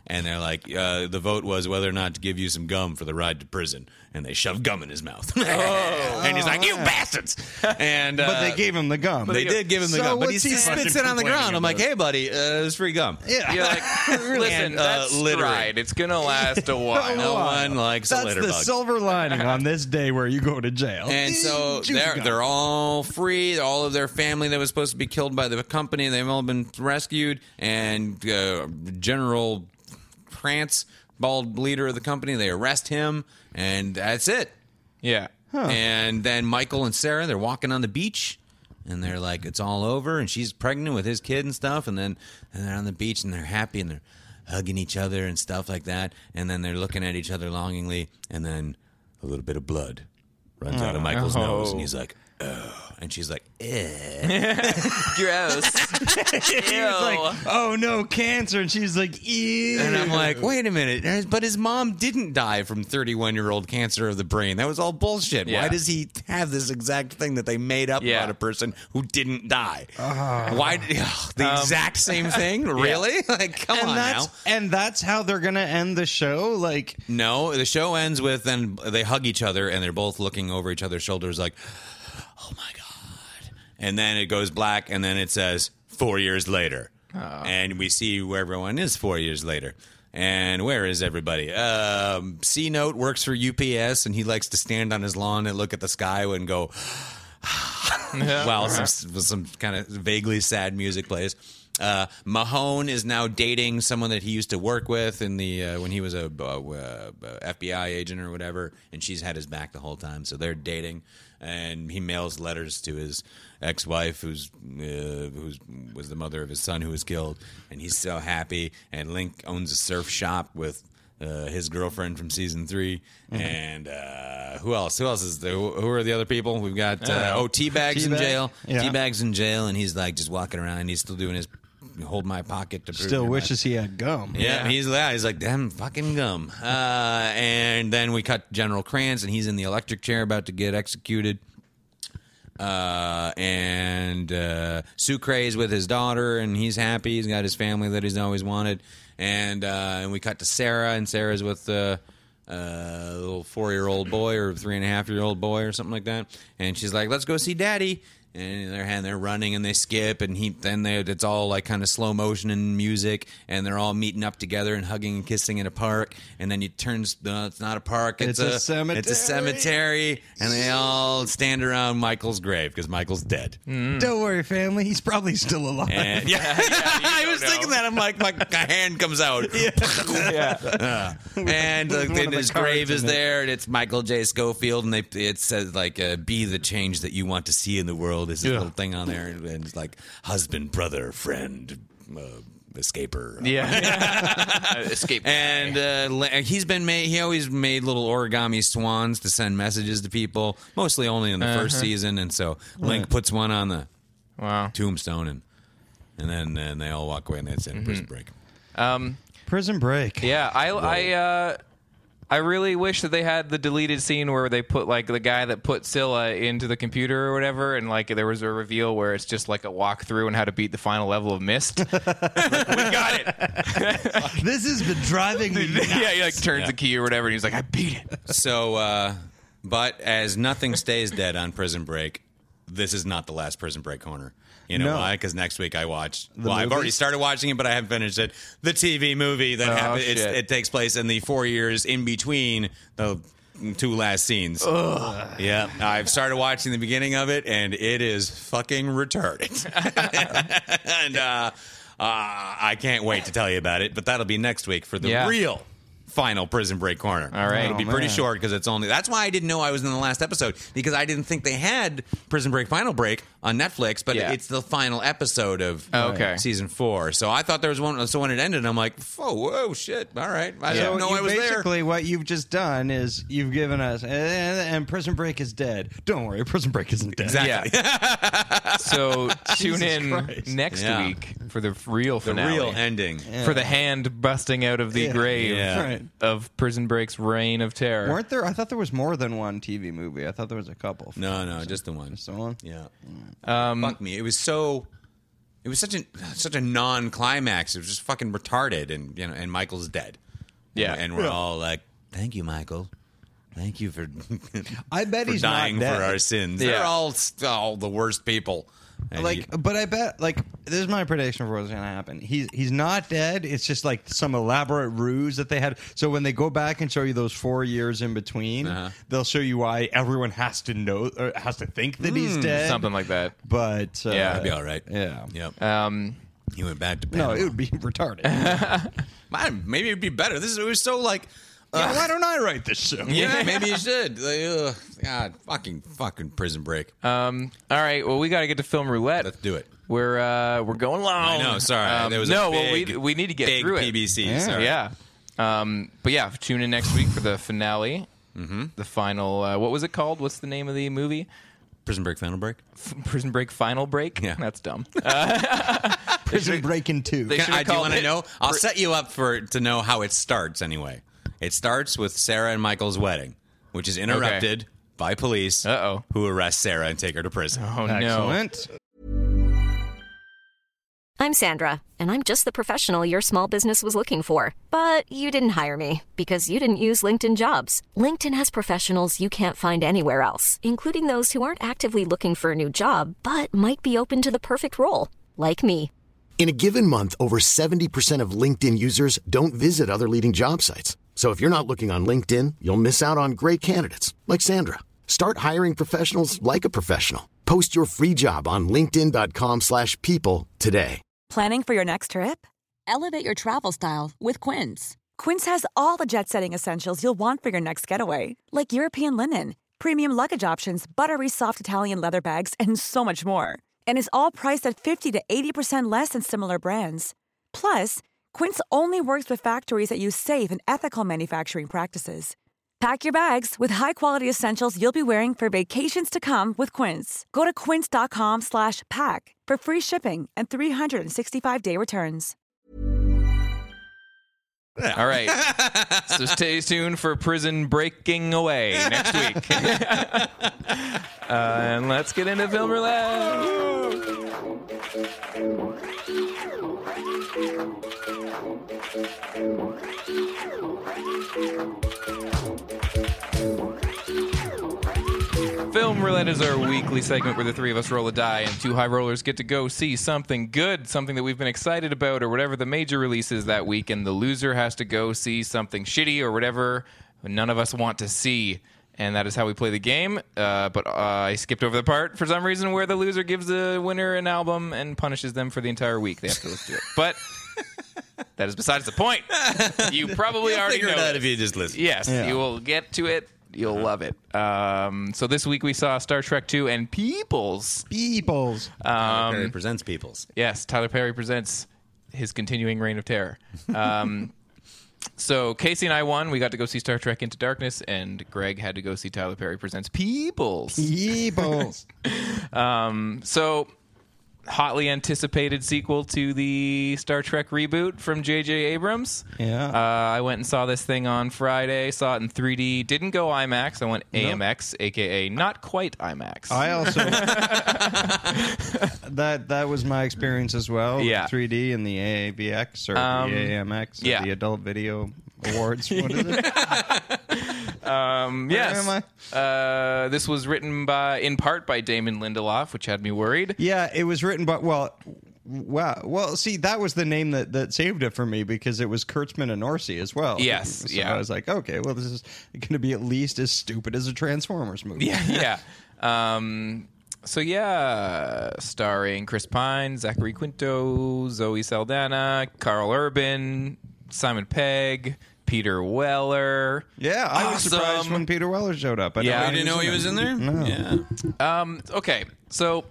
Speaker 6: And they're like, uh, "The vote was whether or not to give you some gum for the ride to prison." And they shoved gum in his mouth. and he's like, "You bastards!" And uh,
Speaker 5: Oh. But they gave him the gum.
Speaker 6: They did give him the
Speaker 5: So
Speaker 6: gum, but he
Speaker 5: what's he
Speaker 6: spits
Speaker 5: fucking
Speaker 6: it on the ground. I'm like,
Speaker 5: complaining
Speaker 6: "Hey, buddy, uh, it's free gum."
Speaker 5: yeah.
Speaker 3: You're like, listen,
Speaker 6: uh,
Speaker 3: that's
Speaker 6: littering.
Speaker 3: right. It's gonna last a while.
Speaker 6: No one likes
Speaker 5: That's
Speaker 6: a litter
Speaker 5: the
Speaker 6: bug.
Speaker 5: silver lining on this day where you go to jail.
Speaker 6: And so
Speaker 5: Juice
Speaker 6: they're
Speaker 5: gum.
Speaker 6: they're all free. All of their family that was supposed to be killed by the company, they've all been rescued. And uh, General Krantz, bald leader of the company, they arrest him, and that's it.
Speaker 3: Yeah.
Speaker 6: And then Michael and Sarah, they're walking on the beach. And they're like, it's all over, and she's pregnant with his kid and stuff. And then and they're on the beach and they're happy and they're hugging each other and stuff like that. And then they're looking at each other longingly. And then a little bit of blood runs out of Michael's nose, and he's like, oh. And she's like, eh.
Speaker 3: Gross.
Speaker 5: He was like, oh no, cancer. And she's like, ew.
Speaker 6: And I'm like, wait a minute. But his mom didn't die from 31 year old cancer of the brain. That was all bullshit. Why
Speaker 3: Yeah.
Speaker 6: does he have this exact thing that they made up
Speaker 3: Yeah.
Speaker 6: about a person who didn't die? Why? Did, ugh, the exact same thing? Really? Like, come
Speaker 5: and
Speaker 6: on
Speaker 5: that's,
Speaker 6: now.
Speaker 5: and that's how they're going to end the show? Like,
Speaker 6: No, the show ends with then they hug each other and they're both looking over each other's shoulders like, oh my God. And then it goes black and then it says, four years later. And we see where everyone is four years later. And where is everybody? Um, C Note works for UPS and he likes to stand on his lawn and look at the sky and
Speaker 3: Uh-huh.
Speaker 6: go, while some, some kind of vaguely sad music plays. Uh, Mahone is now dating someone that he used to work with in the uh, when he was a uh, uh, FBI agent or whatever, and she's had his back the whole time. So they're dating, and he mails letters to his ex-wife, who's uh, who's was the mother of his son who was killed, and he's so happy. And Link owns a surf shop with. Uh, his girlfriend from season 3 and uh, who else? Who else is there? Who who are the other people? We've got uh, oh, Teabag's in
Speaker 5: Teabag?
Speaker 6: jail.
Speaker 5: Yeah.
Speaker 6: Teabag's in jail, and he's like just walking around. and He's still doing his hold my pocket to prove
Speaker 5: Still
Speaker 6: you're my-
Speaker 5: wishes he had gum.
Speaker 6: yeah, he's loud. He's like, damn fucking gum. Uh, and then we cut General Kranz, and he's in the electric chair about to get executed. Uh, and uh, Sucre is with his daughter, and he's happy. He's got his family that he's always wanted. And uh, and we cut to Sarah, and Sarah's with uh, uh, a little four year old boy or three and a half year old boy or something like that. And she's like, "Let's go see Daddy." And they're and they're running and they skip and he then they it's all like kind of slow motion and music and they're all meeting up together and hugging and kissing in a park and then it turns no, it's not a park it's,
Speaker 5: It's a
Speaker 6: it's
Speaker 5: cemetery.
Speaker 6: a cemetery and they all stand around Michael's grave because Michael's dead
Speaker 5: Don't worry, family. He's probably still alive.
Speaker 6: Mm. and yeah, I was thinking that. I'm like, my, my hand comes out. Uh, and like,
Speaker 5: one of
Speaker 6: then
Speaker 5: the cards
Speaker 6: his grave is
Speaker 5: in it.
Speaker 6: there, and it's Michael J. Schofield, and they it says like, uh, "Be the change that you want to see in the world." Is this little thing on there, and it's like husband, brother, friend, uh, escaper. uh,
Speaker 3: Yeah. Escape.
Speaker 6: And uh, la- he's been made. He always made little origami swans to send messages to people, mostly only in the first season. And so Link puts one on the
Speaker 3: wow.
Speaker 6: tombstone and and then and they all walk away and that's it prison break
Speaker 5: Prison Break.
Speaker 3: Yeah, I I uh, I really wish that they had the deleted scene where they put like the guy that put Scylla into the computer or whatever, and like there was a reveal where it's just like a walkthrough on how to beat the final level of Mist. Like, we got it.
Speaker 5: This has been driving me.
Speaker 3: yeah, he like turns the key or whatever, and he's like, I beat it.
Speaker 6: so uh but as nothing stays dead on prison break this is not the last prison break corner you know
Speaker 5: No.
Speaker 6: why because next week i watch well i've
Speaker 5: movie?
Speaker 6: already started watching it but i haven't finished it the tv movie that
Speaker 3: Oh,
Speaker 6: happened it's,
Speaker 3: shit.
Speaker 6: it takes place in the four years in between the two last scenes yeah i've started watching the beginning of it and it is fucking retarded and uh, uh, I can't wait to tell you about it. But that'll be next week for the
Speaker 3: Yeah.
Speaker 6: real final Prison Break corner.
Speaker 3: All right.
Speaker 6: it'll be
Speaker 5: Oh,
Speaker 6: pretty
Speaker 5: man.
Speaker 6: short because it's only. That's why I didn't know I was in the last episode because I didn't think they had Prison Break Final Break on Netflix. But
Speaker 3: Yeah.
Speaker 6: it's the final episode of
Speaker 3: Oh, okay.
Speaker 6: season four. So I thought there was one. So when it ended, I'm like, oh, whoa, shit. All right, I
Speaker 5: So
Speaker 6: didn't know
Speaker 5: you
Speaker 6: I was there.
Speaker 5: basically, what you've just done is you've given us, and, and Prison Break is dead. Don't worry, Prison Break isn't dead.
Speaker 6: Exactly.
Speaker 3: So tune
Speaker 5: Jesus
Speaker 3: in
Speaker 5: Christ.
Speaker 3: next
Speaker 6: Yeah.
Speaker 3: week for the f- real
Speaker 6: the
Speaker 3: finale.
Speaker 6: real ending.
Speaker 3: For the hand busting out of the grave
Speaker 6: Yeah.
Speaker 5: Right.
Speaker 3: of Prison Break's reign of terror.
Speaker 5: Weren't there? I thought there was more than one TV movie. I thought there was a couple.
Speaker 6: No, no, just the one.
Speaker 5: Just the one? Um,
Speaker 6: Yeah. Fuck me. It was so. It was such a such a non climax. It was just fucking retarded, and you know, and Michael's dead.
Speaker 3: Yeah.
Speaker 6: and we're all like, "Thank you, Michael. Thank you for
Speaker 5: I bet
Speaker 6: for
Speaker 5: he's
Speaker 6: dying
Speaker 5: not dead.
Speaker 6: for our sins.
Speaker 3: Yeah.
Speaker 6: They're all st- all the worst people." And
Speaker 5: like,
Speaker 6: you- uh,
Speaker 5: but I bet like this is my prediction for what's gonna happen. He's he's not dead. It's just like some elaborate ruse that they had. So when they go back and show you those four years in between,
Speaker 6: Uh-huh.
Speaker 5: they'll show you why everyone has to know or has to think that
Speaker 6: Hmm.
Speaker 5: he's dead.
Speaker 3: Something like that.
Speaker 5: But uh,
Speaker 3: Yeah.
Speaker 6: that'd be all right.
Speaker 5: Yeah.
Speaker 6: Yep.
Speaker 3: Um,
Speaker 6: he went back to
Speaker 5: No,
Speaker 6: Panama.
Speaker 5: it would be retarded.
Speaker 6: Man, maybe it'd be better. This is, it was so like. uh,
Speaker 5: yeah, why don't I write this show?
Speaker 6: Yeah, maybe you should. Like, ugh, God, fucking, fucking prison break.
Speaker 3: Uh, all right, well, we got to get to film roulette.
Speaker 6: Let's do it.
Speaker 3: We're uh, we're going long.
Speaker 6: I know. Sorry,
Speaker 3: Um,
Speaker 6: there was
Speaker 3: no.
Speaker 6: A big,
Speaker 3: well, we we need to get
Speaker 6: big
Speaker 3: through it.
Speaker 6: PBC. sorry.
Speaker 3: Yeah. Um, but yeah, tune in next week for the finale. Mm-hmm. The final. Uh, what was it called? What's the name of the movie?
Speaker 6: Prison Break, Final Break.
Speaker 3: Prison Break Final Break.
Speaker 6: Yeah.
Speaker 3: that's dumb. Uh,
Speaker 5: Prison Breaking Two.
Speaker 3: they
Speaker 6: Can,
Speaker 3: should've
Speaker 6: I do
Speaker 3: called
Speaker 6: want
Speaker 3: it-
Speaker 6: to know. I'll set you up for to know how it starts. Anyway, it starts with Sarah and Michael's wedding, which is interrupted by police,
Speaker 3: Uh-oh.
Speaker 6: who arrest Sarah and take her to prison.
Speaker 3: oh no.
Speaker 5: Excellent.
Speaker 7: I'm Sandra, and I'm just the professional your small business was looking for. But you didn't hire me because you didn't use LinkedIn jobs. LinkedIn has professionals you can't find anywhere else, including those who aren't actively looking for a new job but might be open to the perfect role, like me.
Speaker 8: In a given month, over 70% of LinkedIn users don't visit other leading job sites. So if you're not looking on LinkedIn, you'll miss out on great candidates like Sandra. Start hiring professionals like a professional. Post your free job on linkedin.com/people slash people today.
Speaker 9: Planning for your next trip? Elevate your travel style with Quince. Quince has all the jet setting essentials you'll want for your next getaway, like European linen, premium luggage options, buttery soft Italian leather bags, and so much more. And is all priced at 50 to 80% less than similar brands. Plus, Quince only works with factories that use safe and ethical manufacturing practices. Pack your bags with high-quality essentials you'll be wearing for vacations to come with Quince. Go to quince.com slash pack for free shipping and 365-day returns.
Speaker 3: All right. so stay tuned for Prison Breaking Away next week. Uh, and let's get into film roulette. Film Roulette is our weekly segment where the three of us roll a die and two high rollers get to go see something good, something that we've been excited about, or whatever the major release is that week, and the loser has to go see something shitty or whatever none of us want to see. And that is how we play the game. Uh, but uh, I skipped over the part for some reason where the loser gives the winner an album and punishes them for the entire week. They have to listen to it. But that is besides the point. You probably
Speaker 4: You'll
Speaker 3: already
Speaker 4: figure
Speaker 3: know
Speaker 4: it out
Speaker 3: it.
Speaker 4: if you just listen.
Speaker 3: Yes, you will get to it. You'll love it. Um, so this week we saw Star Trek Two and Peoples.
Speaker 5: Peoples.
Speaker 3: Uh,
Speaker 4: Perry presents peoples.
Speaker 3: Yes, Tyler Perry presents his continuing reign of terror. Um, so Casey and I won. We got to go see Star Trek Into Darkness, and Greg had to go see Tyler Perry presents Peoples.
Speaker 5: Peoples.
Speaker 3: So hotly anticipated sequel to the Star Trek reboot from J.J. Abrams.
Speaker 5: Yeah.
Speaker 3: Uh, I went and saw this thing on Friday. Saw it in 3D. Didn't go IMAX. I went AMX, aka not quite IMAX.
Speaker 5: I also that that was my experience as well.
Speaker 3: Yeah.
Speaker 5: 3D and the AAVX or
Speaker 3: Um,
Speaker 5: the AMX, or
Speaker 3: yeah.
Speaker 5: the Adult Video Awards. What is it?
Speaker 3: Um, yes.
Speaker 5: am
Speaker 3: Uh, this was written by, in part, by Damon Lindelof, which had me worried.
Speaker 5: Yeah, it was written by well, wow. Well, see, that was the name that that saved it for me because it was Kurtzman and Orsi as well.
Speaker 3: Yes,
Speaker 5: so
Speaker 3: yeah.
Speaker 5: I was like, okay, well, this is going to be at least as stupid as a Transformers movie.
Speaker 3: Yeah. yeah. Um, so yeah, starring Chris Pine, Zachary Quinto, Zoe Saldana, Carl Urban, Simon Pegg, Peter Weller.
Speaker 5: Yeah, I was surprised
Speaker 3: Awesome.
Speaker 5: when Peter Weller showed up. I
Speaker 3: Yeah.
Speaker 6: I didn't know he was in there. Yeah.
Speaker 3: okay, so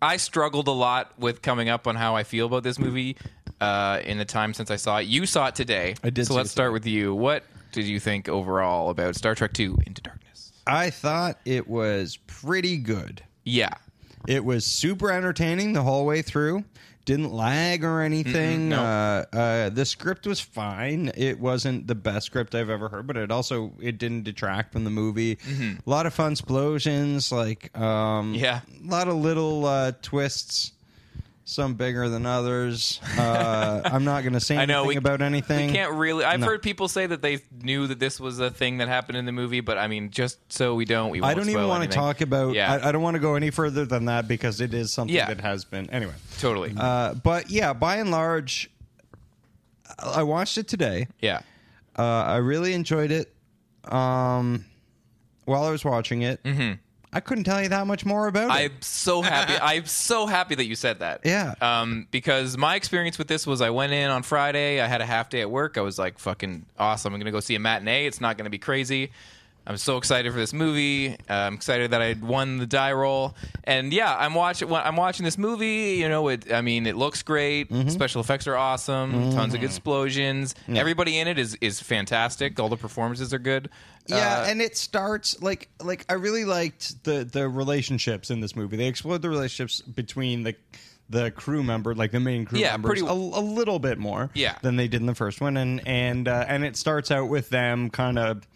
Speaker 3: I struggled a lot with coming up on how I feel about this movie uh, in the time since I saw it. You saw it today.
Speaker 5: I did
Speaker 3: So
Speaker 5: see
Speaker 3: let's
Speaker 5: it
Speaker 3: start with you. What did you think overall about Star Trek Two: Into Darkness?
Speaker 5: I thought it was pretty good.
Speaker 3: Yeah.
Speaker 5: It was super entertaining the whole way through. Didn't lag or anything. uh, uh, the script was fine. It wasn't the best script I've ever heard, but it also it didn't detract from the movie.
Speaker 3: Mm-hmm.
Speaker 5: A lot of fun explosions, like um,
Speaker 3: Yeah.
Speaker 5: a lot of little uh, twists. Some bigger than others. Uh, I'm not going to say
Speaker 3: I
Speaker 5: anything
Speaker 3: know, we-
Speaker 5: about anything.
Speaker 3: We can't really. I've heard people say that they knew that this was a thing that happened in the movie, but I mean, just so we don't, we. Won't
Speaker 5: I don't even
Speaker 3: spoil
Speaker 5: want to
Speaker 3: anything.
Speaker 5: talk about.
Speaker 3: Yeah,
Speaker 5: I, I don't want to go any further than that because it is something
Speaker 3: Yeah.
Speaker 5: that has been anyway.
Speaker 3: totally.
Speaker 5: Uh, but yeah, by and large, I I watched it today.
Speaker 3: yeah,
Speaker 5: Uh, I really enjoyed it. Um, while I was watching it, I couldn't tell you that much more about it.
Speaker 3: I'm so happy. I'm so happy that you said that.
Speaker 5: Yeah.
Speaker 3: Um, because my experience with this was I went in on Friday. I had a half day at work. I was like, fucking awesome. I'm going to go see a matinee. It's not going to be crazy. I'm so excited for this movie. Uh, I'm excited that I won the die roll. And yeah, I'm watching. I'm watching this movie. You know, it. I mean, it looks great.
Speaker 5: Mm-hmm.
Speaker 3: Special effects are awesome. Tons of good explosions. Everybody in it is is fantastic. All the performances are good. Uh,
Speaker 5: Yeah, and it starts like like I really liked the the relationships in this movie. They explored the relationships between the the crew member, like the main crew
Speaker 3: Yeah,
Speaker 5: members,
Speaker 3: pretty-
Speaker 5: a, a little bit more
Speaker 3: Yeah.
Speaker 5: than they did in the first one, and and uh, and it starts out with them kind of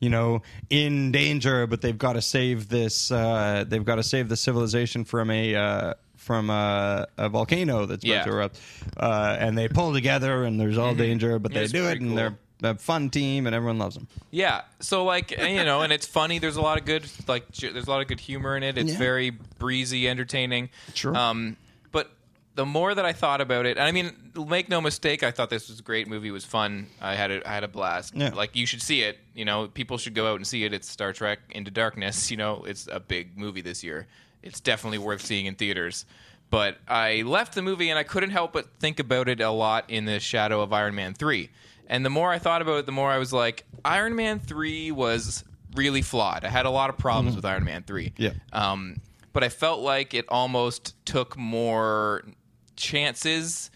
Speaker 5: you know in danger, but they've got to save this uh, they've got to save the civilization from a. Uh, from a, a volcano that's about
Speaker 3: Yeah.
Speaker 5: to erupt, uh, and they pull together, and there's all danger, but they
Speaker 3: it's
Speaker 5: do it,
Speaker 3: pretty
Speaker 5: and
Speaker 3: cool.
Speaker 5: they're a fun team, and everyone loves them.
Speaker 3: Yeah. So like and, you know, and it's funny. There's a lot of good like j- there's a lot of good humor in it. It's
Speaker 5: Yeah.
Speaker 3: very breezy, entertaining.
Speaker 5: Sure.
Speaker 3: Um, but the more that I thought about it, and I mean, make no mistake, I thought this was a great movie. It was fun. I had a, I had a blast.
Speaker 5: Yeah.
Speaker 3: Like you should see it. You know, people should go out and see it. It's Star Trek Into Darkness. You know, it's a big movie this year. It's definitely worth seeing in theaters. But I left the movie and I couldn't help but think about it a lot in the shadow of Iron Man 3. And the more I thought about it, the more I was like, Iron Man 3 was really flawed. I had a lot of problems with Iron Man 3.
Speaker 5: Mm-hmm. Yeah.
Speaker 3: Um, but I felt like it almost took more chances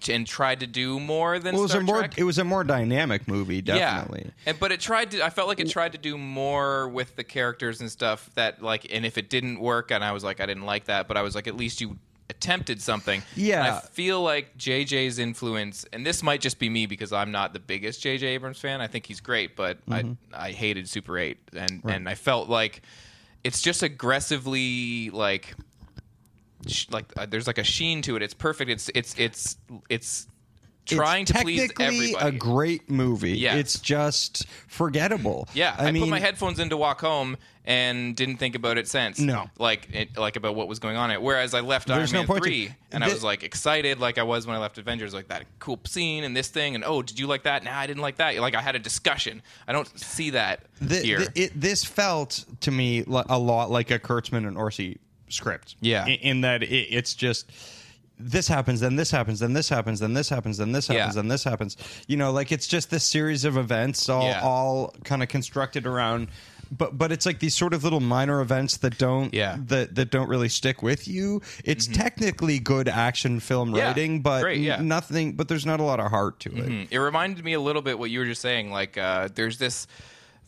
Speaker 3: t- and tried to do more than
Speaker 5: Well, it was
Speaker 3: Star
Speaker 5: a more
Speaker 3: Trek.
Speaker 5: it was a more dynamic movie, definitely.
Speaker 3: Yeah. And but it tried to I felt like it tried to do more with the characters and stuff that like and if it didn't work and I was like I didn't like that, but I was like at least you attempted something.
Speaker 5: Yeah.
Speaker 3: And I feel like JJ's influence and this might just be me because I'm not the biggest JJ Abrams fan. I think he's great, but
Speaker 5: Mm-hmm.
Speaker 3: I I hated Super 8 and and I felt like it's just aggressively like sh- like uh, there's like a sheen to it. It's perfect. It's it's it's it's trying
Speaker 5: it's
Speaker 3: to please
Speaker 5: technically
Speaker 3: everybody.
Speaker 5: a great movie.
Speaker 3: Yeah.
Speaker 5: It's just forgettable.
Speaker 3: Yeah, I,
Speaker 5: I, mean,
Speaker 3: put my headphones in to walk home and didn't think about it since.
Speaker 5: No.
Speaker 3: like it, like about what was going on. It whereas I left
Speaker 5: There's
Speaker 3: Iron
Speaker 5: no
Speaker 3: Man
Speaker 5: point to-
Speaker 3: three and I
Speaker 5: Thi-
Speaker 3: was like excited, like I was when I left Avengers, like that cool scene and this thing, and oh, did you like that? Nah, I didn't like that. Like I had a discussion. I don't see that
Speaker 5: thi-
Speaker 3: here.
Speaker 5: thi- it, this felt to me li- a lot like a Kurtzman and Orsi script.
Speaker 3: Yeah.
Speaker 5: I- in, that it, it's just this happens, then this happens, then this happens, then this happens, then this
Speaker 3: Yeah.
Speaker 5: happens, then this happens. You know, like it's just this series of events, all
Speaker 3: Yeah.
Speaker 5: all kind of constructed around. But but it's like these sort of little minor events that don't
Speaker 3: Yeah. Mm-hmm.
Speaker 5: that that don't really stick with you. It's technically good action film
Speaker 3: Yeah.
Speaker 5: writing, but
Speaker 3: Great, yeah. Mm-hmm.
Speaker 5: nothing. But there's not a lot of heart to it.
Speaker 3: Mm, it reminded me a little bit what you were just saying. Like, uh, there's this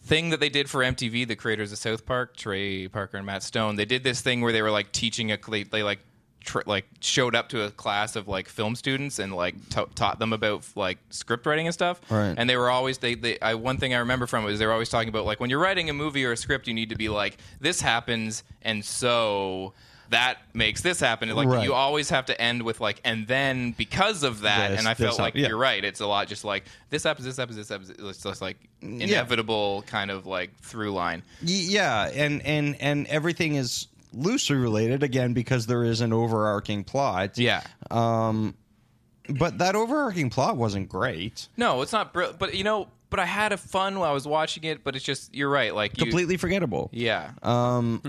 Speaker 3: thing that they did for MTV, the creators of South Park, Trey Parker and Matt Stone. They did this thing where they were like teaching a they, they like tr- like showed up to a class of like film students and like ta- taught them about like script writing and stuff.
Speaker 5: Right.
Speaker 3: And they were always they, they I one thing I remember from it was they were always talking about like when you're writing a movie or a script, you need to be like this happens and so. That makes this happen. Like
Speaker 5: Right.
Speaker 3: you always have to end with like, and then because of that,
Speaker 5: This-
Speaker 3: and I
Speaker 5: this
Speaker 3: felt like
Speaker 5: happened. Yeah.
Speaker 3: you're right. It's a lot just like this happens, this happens, this happens. It's just like inevitable kind of like through line.
Speaker 5: Y- yeah and and and everything is loosely related again because there is an overarching plot
Speaker 3: Yeah.
Speaker 5: but that overarching plot wasn't great
Speaker 3: No, it's not, br- but you know, but I had a fun while I was watching it. But it's just you're right. Like you,
Speaker 5: completely forgettable
Speaker 3: Yeah.
Speaker 5: Um,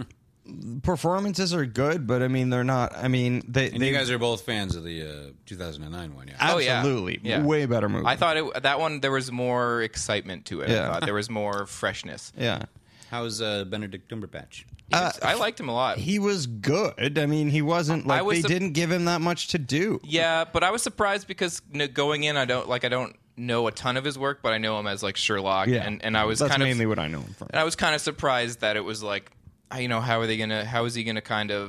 Speaker 5: performances are good but i mean they're not i mean they
Speaker 6: And
Speaker 5: they
Speaker 6: you guys are both fans of the uh, 2009 one, yeah?
Speaker 3: Oh, yeah.
Speaker 5: absolutely
Speaker 3: Yeah.
Speaker 5: way better movie
Speaker 3: I thought it, that one there was more excitement to it. I
Speaker 5: Yeah.
Speaker 3: thought there was more freshness.
Speaker 5: yeah
Speaker 6: How's uh, Benedict Cumberbatch?
Speaker 5: Uh,
Speaker 3: Yes, I liked him a lot.
Speaker 5: he was good i mean he wasn't like
Speaker 3: was
Speaker 5: they
Speaker 3: sup-
Speaker 5: didn't give him that much to do
Speaker 3: Yeah, but I was surprised because n- going in, I don't like I don't know a ton of his work, but I know him as like Sherlock, and and I was
Speaker 5: that's
Speaker 3: kind of Uh,
Speaker 5: mainly what i know him from
Speaker 3: And I was kind of surprised that it was like, I- you know, how are they gonna? How is he gonna kind of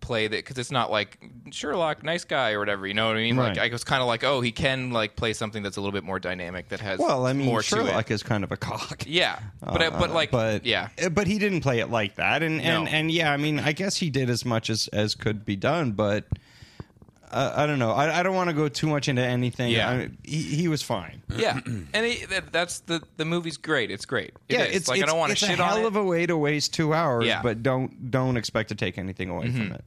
Speaker 3: play that? Because it's not like Sherlock, nice guy or whatever. You know what I mean? Like
Speaker 5: Right.
Speaker 3: I was kind of like, oh, he can like play something that's a little bit more dynamic that has
Speaker 5: well i mean
Speaker 3: more
Speaker 5: sherlock
Speaker 3: to it.
Speaker 5: is kind of a cock
Speaker 3: Yeah, but I but like
Speaker 5: but
Speaker 3: yeah,
Speaker 5: uh, but he didn't play it like that and and
Speaker 3: No.
Speaker 5: and yeah i mean i guess he did as much as as could be done but uh, i don't know i, I don't want to go too much into anything
Speaker 3: Yeah.
Speaker 5: I, he, he was fine
Speaker 3: yeah, and he, that, that's the the movie's great. It's great. It
Speaker 5: yeah
Speaker 3: is.
Speaker 5: it's
Speaker 3: like I don't want to
Speaker 5: it's a
Speaker 3: shit
Speaker 5: hell
Speaker 3: on it.
Speaker 5: of a way to waste two hours
Speaker 3: Yeah. Mm-hmm.
Speaker 5: but don't don't expect to take anything away from it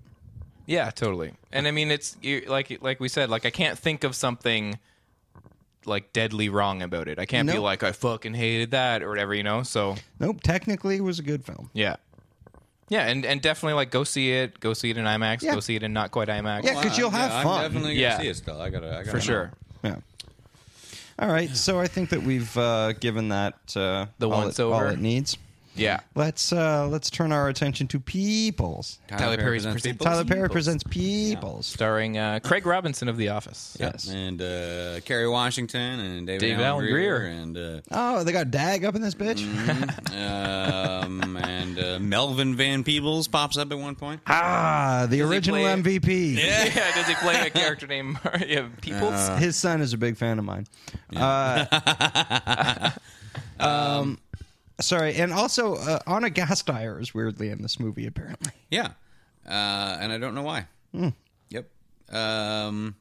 Speaker 3: Yeah, totally. And I mean, it's you- like like we said, like I can't think of something like deadly wrong about it. I can't be
Speaker 5: Nope.
Speaker 3: like I fucking hated that or whatever, you know. So
Speaker 5: nope technically it was a good film
Speaker 3: yeah, yeah, and and definitely like go see it, go see it in IMAX,
Speaker 5: Yeah.
Speaker 3: go see it in not quite IMAX.
Speaker 5: Yeah, 'cause you'll have
Speaker 6: Uh, yeah,
Speaker 5: fun.
Speaker 6: I'm definitely gonna
Speaker 3: Yeah.
Speaker 6: see it still. I gotta, I gotta
Speaker 3: for
Speaker 6: know.
Speaker 3: sure.
Speaker 5: yeah all right so i think that we've uh given that uh
Speaker 3: The
Speaker 5: all
Speaker 3: once
Speaker 5: it, all
Speaker 3: over.
Speaker 5: it needs
Speaker 3: Yeah,
Speaker 5: let's uh let's turn our attention to peoples
Speaker 3: Tyler Perry's
Speaker 6: Presents
Speaker 3: presents-
Speaker 6: Peoples.
Speaker 5: Tyler Perry presents Peoples.
Speaker 3: starring uh, Craig Robinson of The Office.
Speaker 5: Yes.
Speaker 6: and uh, Kerry Washington and David,
Speaker 3: David
Speaker 6: Allen
Speaker 3: Allen
Speaker 6: Greer,
Speaker 3: Greer.
Speaker 6: and uh,
Speaker 5: Oh, they got Dag up in this bitch.
Speaker 6: Mm-hmm. um, and uh, Melvin Van Peebles pops up at one point.
Speaker 5: Ah, the original
Speaker 3: play-
Speaker 5: MVP.
Speaker 3: Yeah. does he play a character named Mario Peoples?
Speaker 6: Uh,
Speaker 5: His son is a big fan of mine. Uh, um, sorry, and also uh, Anna Gasteyer is weirdly in this movie. Apparently,
Speaker 6: Yeah, uh, and I don't know why.
Speaker 3: Hmm.
Speaker 6: Yep. Um,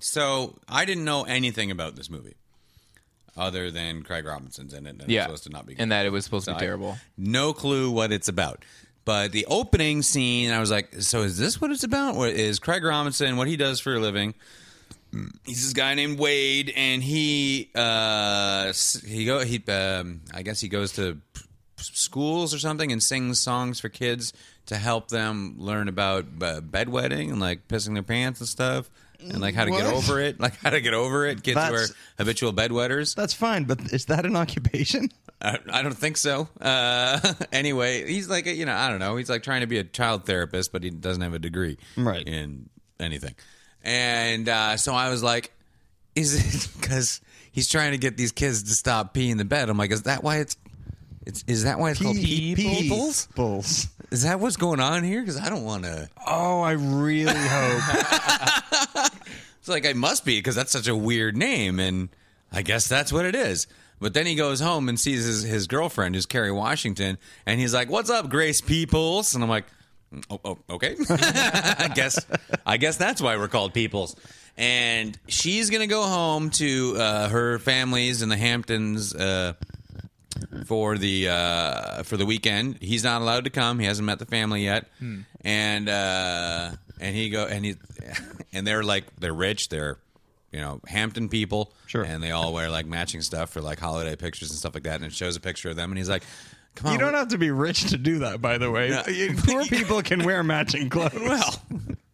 Speaker 6: so I didn't know anything about this movie other than Craig Robinson's in it. And
Speaker 3: yeah,
Speaker 6: it's supposed to not be good.
Speaker 3: and that it was supposed to be
Speaker 6: I-
Speaker 3: terrible.
Speaker 6: no clue what it's about. But the opening scene, I was like, so is this what it's about? What is Craig Robinson, what he does for a living? He's this guy named Wade, and he uh, s- he go he um, I guess he goes to p- schools or something and sings songs for kids to help them learn about uh, bedwetting and like pissing their pants and stuff, and like how to get
Speaker 5: What?
Speaker 6: over it, like how to get over it. Kids who are
Speaker 5: That's-
Speaker 6: habitual bedwetters.
Speaker 5: That's fine, but is that an occupation?
Speaker 6: I, I don't think so. Uh, anyway, he's like, you know, I don't know. He's like trying to be a child therapist, but he doesn't have a degree
Speaker 5: Right.
Speaker 6: in anything. And uh, so I was like, is it because he's trying to get these kids to stop peeing the bed? I'm like, is that why it's. It's, is that why it's called pee peoples?
Speaker 5: Peoples.
Speaker 6: Is that what's going on here? Because I don't want to.
Speaker 5: Oh, I really hope.
Speaker 6: It's like I must be because that's such a weird name, and I guess that's what it is. But then he goes home and sees his, his girlfriend, who's Carrie Washington, and he's like, "What's up, Grace Peoples?" And I'm like, "Oh, oh okay. I guess I guess that's why we're called Peoples." And she's gonna go home to uh, her family's in the Hamptons. Uh, for the uh, for the weekend. He's not allowed to come. He hasn't met the family yet,
Speaker 5: Hmm.
Speaker 6: and uh, and he go and he and they're like they're rich. They're you know Hampton people,
Speaker 5: Sure.
Speaker 6: and they all wear like matching stuff for like holiday pictures and stuff like that. And it shows a picture of them, and he's like, "Come on,
Speaker 5: you don't have to be rich to do that, by the way. You- Poor people can wear matching clothes.
Speaker 6: well,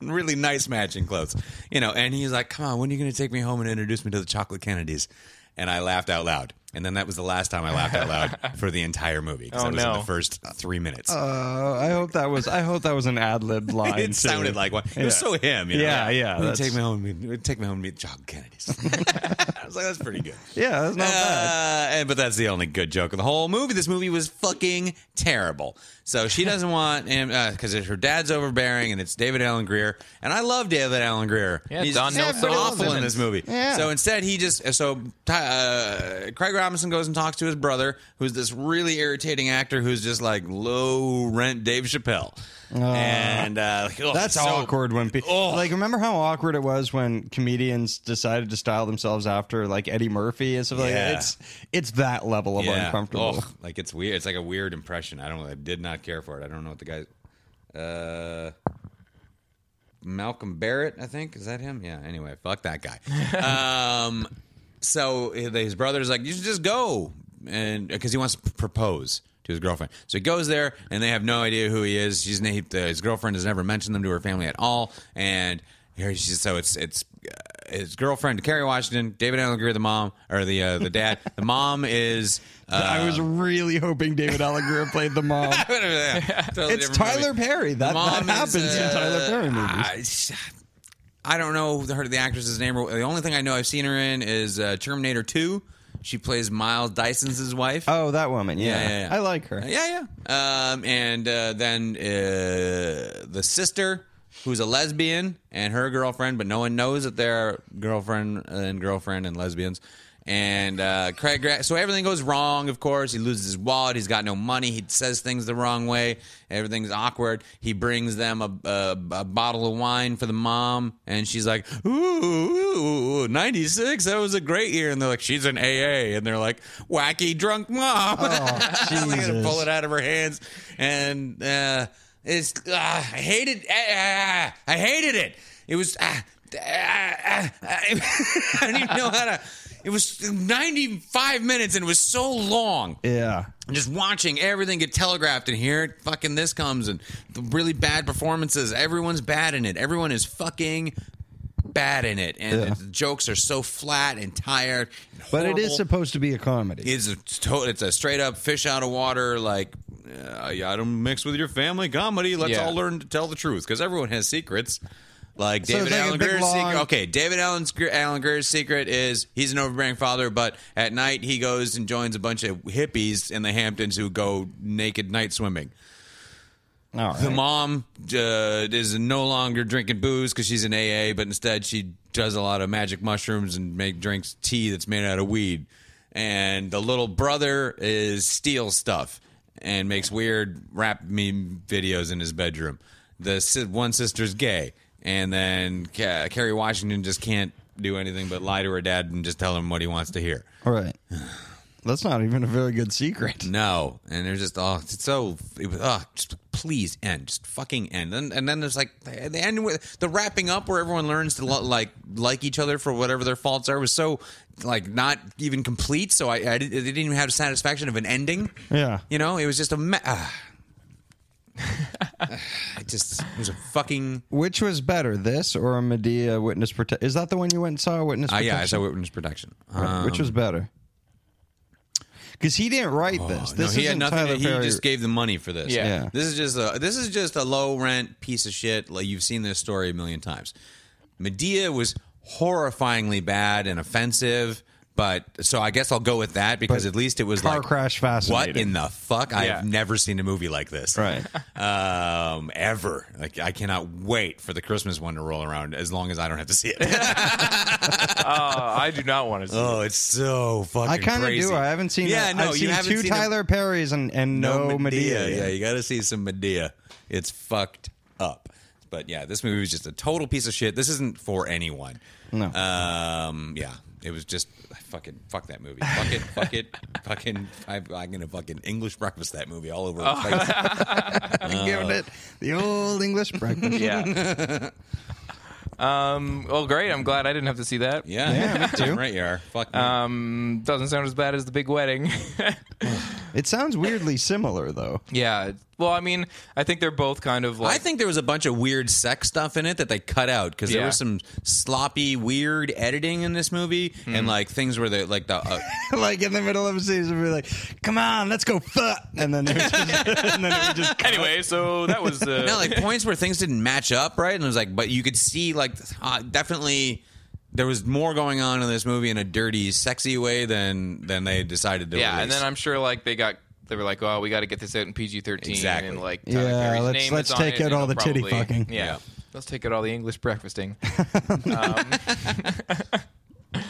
Speaker 6: really nice matching clothes, you know. And he's like, "Come on, when are you going to take me home and introduce me to the chocolate Kennedys?" And I laughed out loud. And then that was the last time I laughed out loud for the entire movie. 'cause
Speaker 3: Oh,
Speaker 6: I was in
Speaker 3: no.
Speaker 6: the first three minutes.
Speaker 5: Uh, I hope that was. I hope that was an ad lib line.
Speaker 6: it
Speaker 5: too.
Speaker 6: sounded like one. It was
Speaker 5: Yeah.
Speaker 6: so him. You know?
Speaker 5: Yeah, yeah,
Speaker 6: We'd
Speaker 5: that's-
Speaker 6: Take me home. and Meet, take me home and meet John Kennedy's. I was like, that's pretty good.
Speaker 5: Yeah, that's not bad.
Speaker 6: Uh, and, but that's the only good joke of the whole movie. This movie was fucking terrible. So she doesn't want him because her dad's overbearing, and it's David Allen Greer. And I love David Allen Greer.
Speaker 3: Yeah,
Speaker 6: he's
Speaker 3: Don Nelson
Speaker 6: awful in
Speaker 3: Simmons.
Speaker 6: this movie.
Speaker 5: Yeah.
Speaker 6: So instead, he just so uh, Craig Robinson goes and talks to his brother, who's this really irritating actor who's just like low rent Dave Chappelle. and uh, like, oh,
Speaker 5: That's
Speaker 6: so-
Speaker 5: awkward when people
Speaker 6: Oh.
Speaker 5: like remember how awkward it was when comedians decided to style themselves after like Eddie Murphy and stuff like
Speaker 6: Yeah.
Speaker 5: that. It's it's that level of
Speaker 6: Yeah.
Speaker 5: uncomfortable.
Speaker 6: Ugh, like it's weird. It's like a weird impression. I don't. I did not care for it. I don't know what the guy. Uh, Malcolm Barrett, I think is that him? Yeah. Anyway, fuck that guy. um, so eh, his brother's like, you should just go, and because he wants to p- propose to his girlfriend. So he goes there, and they have no idea who he is. She's he, the, his girlfriend has never mentioned them to her family at all, and here she's so it's it's uh, his girlfriend Carrie Washington, David Allen Greer, the mom or the uh, the dad. the mom is. Uh,
Speaker 5: I was really hoping David Allen Greer played the mom.
Speaker 6: totally
Speaker 5: It's
Speaker 6: different
Speaker 5: Tyler
Speaker 6: movie.
Speaker 5: Perry.
Speaker 6: The
Speaker 5: That, that
Speaker 6: mom
Speaker 5: happens
Speaker 6: is, uh,
Speaker 5: in Tyler Perry movies.
Speaker 6: I, I don't know the, her, the actress's name. The only thing I know I've seen her in is uh, Terminator 2. She plays Miles Dyson's wife.
Speaker 5: oh, that woman. Yeah.
Speaker 6: Yeah, yeah, yeah.
Speaker 5: I like her.
Speaker 6: Yeah, yeah. Um, and uh, then uh, the sister, who's a lesbian, and her girlfriend, but no one knows that they're girlfriend uh, and girlfriend and lesbians. And uh, Craig, Gra- so everything goes wrong. Of course, he loses his wallet. He's got no money. He says things the wrong way. Everything's awkward. He brings them a, a, a bottle of wine for the mom, and she's like, "Ooh, ninety six. That was a great year." And they're like, "She's an AA," and they're like, "Wacky drunk mom."
Speaker 5: Oh,
Speaker 6: I'm like, gonna
Speaker 5: Jesus.
Speaker 6: pull it out of her hands, and uh, it's ah, I hated ah, I hated it. It was ah, ah, ah, ah. I don't even know how to. It was 95 minutes and it was so long.
Speaker 5: Yeah.
Speaker 6: I'm just watching everything get telegraphed and here fucking this comes and the really bad performances. Everyone's bad in it. Everyone is fucking bad in it. And the jokes are so flat and tired. and
Speaker 5: But it
Speaker 6: horrible.
Speaker 5: is supposed to be a comedy.
Speaker 6: It's a to- it's a straight up fish out of water. Like uh, yeah, I don't mix with your family comedy. Let's
Speaker 3: Yeah.
Speaker 6: all learn to tell the truth because everyone has secrets. Like
Speaker 5: So it's
Speaker 6: David
Speaker 5: like a
Speaker 6: Allen
Speaker 5: big
Speaker 6: Greer's
Speaker 5: long-
Speaker 6: secret. Okay, David Allen's, Allen Greer's secret is he's an overbearing father, but at night he goes and joins a bunch of hippies in the Hamptons who go naked night swimming.
Speaker 5: All right.
Speaker 6: The mom uh, is no longer drinking booze because she's in AA, but instead she does a lot of magic mushrooms and make drinks tea that's made out of weed. And the little brother is steals stuff and makes weird rap meme videos in his bedroom. The si- one sister's gay, and then Ca- Carrie Washington just can't do anything but lie to her dad and just tell him what he wants to hear.
Speaker 5: All right. That's not even a very good secret.
Speaker 6: No, and they're just oh, it's so it was oh, just please end, just fucking end. And, and then there's like the the end with the wrapping up where everyone learns to lo- like like each other for whatever their faults are was so like not even complete. So I, I didn't, it didn't even have satisfaction of an ending.
Speaker 5: Yeah.
Speaker 6: you know, it was just a me- ah. I just it was a fucking.
Speaker 5: Which was better, this or a Medea witness protection? Is that the one you went and saw witness
Speaker 6: Uh,
Speaker 5: protection?
Speaker 6: yeah, um, I saw witness protection.
Speaker 5: Right, Which was better? Because he didn't write this. This
Speaker 6: Oh, no, he had
Speaker 5: isn't
Speaker 6: nothing.
Speaker 5: Tyler
Speaker 6: he
Speaker 5: Perry.
Speaker 6: just gave the money for this.
Speaker 3: Yeah. Yeah.
Speaker 6: This is just a this is just a low rent piece of shit. Like you've seen this story a million times. Medea was horrifyingly bad and offensive, but so I guess I'll go with that because
Speaker 5: But
Speaker 6: at least it was
Speaker 5: car
Speaker 6: like
Speaker 5: crash
Speaker 6: What
Speaker 5: fascinating.
Speaker 6: in the fuck?
Speaker 3: Yeah.
Speaker 6: I've never seen a movie like this.
Speaker 5: Right.
Speaker 6: Um, ever. Like I cannot wait for the Christmas one to roll around as long as I don't have to see it.
Speaker 3: Uh, I do not want to see. it.
Speaker 6: oh, it's so fucking
Speaker 5: I kind of
Speaker 6: crazy.
Speaker 5: do. I haven't seen.
Speaker 6: Yeah,
Speaker 5: that.
Speaker 6: no,
Speaker 5: I've
Speaker 6: you
Speaker 5: seen
Speaker 6: haven't
Speaker 5: two
Speaker 6: seen a-
Speaker 5: Tyler Perrys and, and no, Oh, Medea.
Speaker 6: Yeah, you got to see some Medea. It's fucked up. But yeah, this movie was just a total piece of shit. This isn't for anyone.
Speaker 5: No.
Speaker 6: Um, yeah, it was just fucking fuck that movie. Fuck it, fuck it, fucking. I, I'm gonna fucking English breakfast that movie all over. the place.
Speaker 5: I'm giving it the old English breakfast.
Speaker 3: Yeah. um. Well, great. I'm glad I didn't have to see that.
Speaker 6: Yeah,
Speaker 5: Yeah, me too.
Speaker 6: Right, you are. Fuck.
Speaker 3: Um. Doesn't sound as bad as the big wedding.
Speaker 5: It sounds weirdly similar, though.
Speaker 3: yeah. Well, I mean, I think they're both kind of like.
Speaker 6: I think there was a bunch of weird sex stuff in it that they cut out because
Speaker 3: Yeah.
Speaker 6: there was some sloppy, weird editing in this movie, and like things where the like the uh,
Speaker 5: like in the middle of a season, we're like, "Come on, let's go fuck," and then it was just, and then it was just
Speaker 3: Anyway, so that was. Uh,
Speaker 6: no, like points where things didn't match up, right? And it was like, but you could see, like, uh, definitely there was more going on in this movie in a dirty, sexy way than than they decided to.
Speaker 3: yeah, and then
Speaker 6: release.
Speaker 3: I'm sure like they got. They were like, "Oh, we got to get this out in PG-13."
Speaker 6: Exactly.
Speaker 3: And like, Tyler
Speaker 5: Yeah,
Speaker 3: Perry's
Speaker 5: let's-
Speaker 3: name
Speaker 5: let's
Speaker 3: is on
Speaker 5: take
Speaker 3: it,
Speaker 5: out
Speaker 3: and
Speaker 5: all
Speaker 3: it'll
Speaker 5: the titty
Speaker 3: probably-
Speaker 5: fucking.
Speaker 3: Yeah.
Speaker 6: Yeah.
Speaker 3: let's take out all the English breakfasting. um,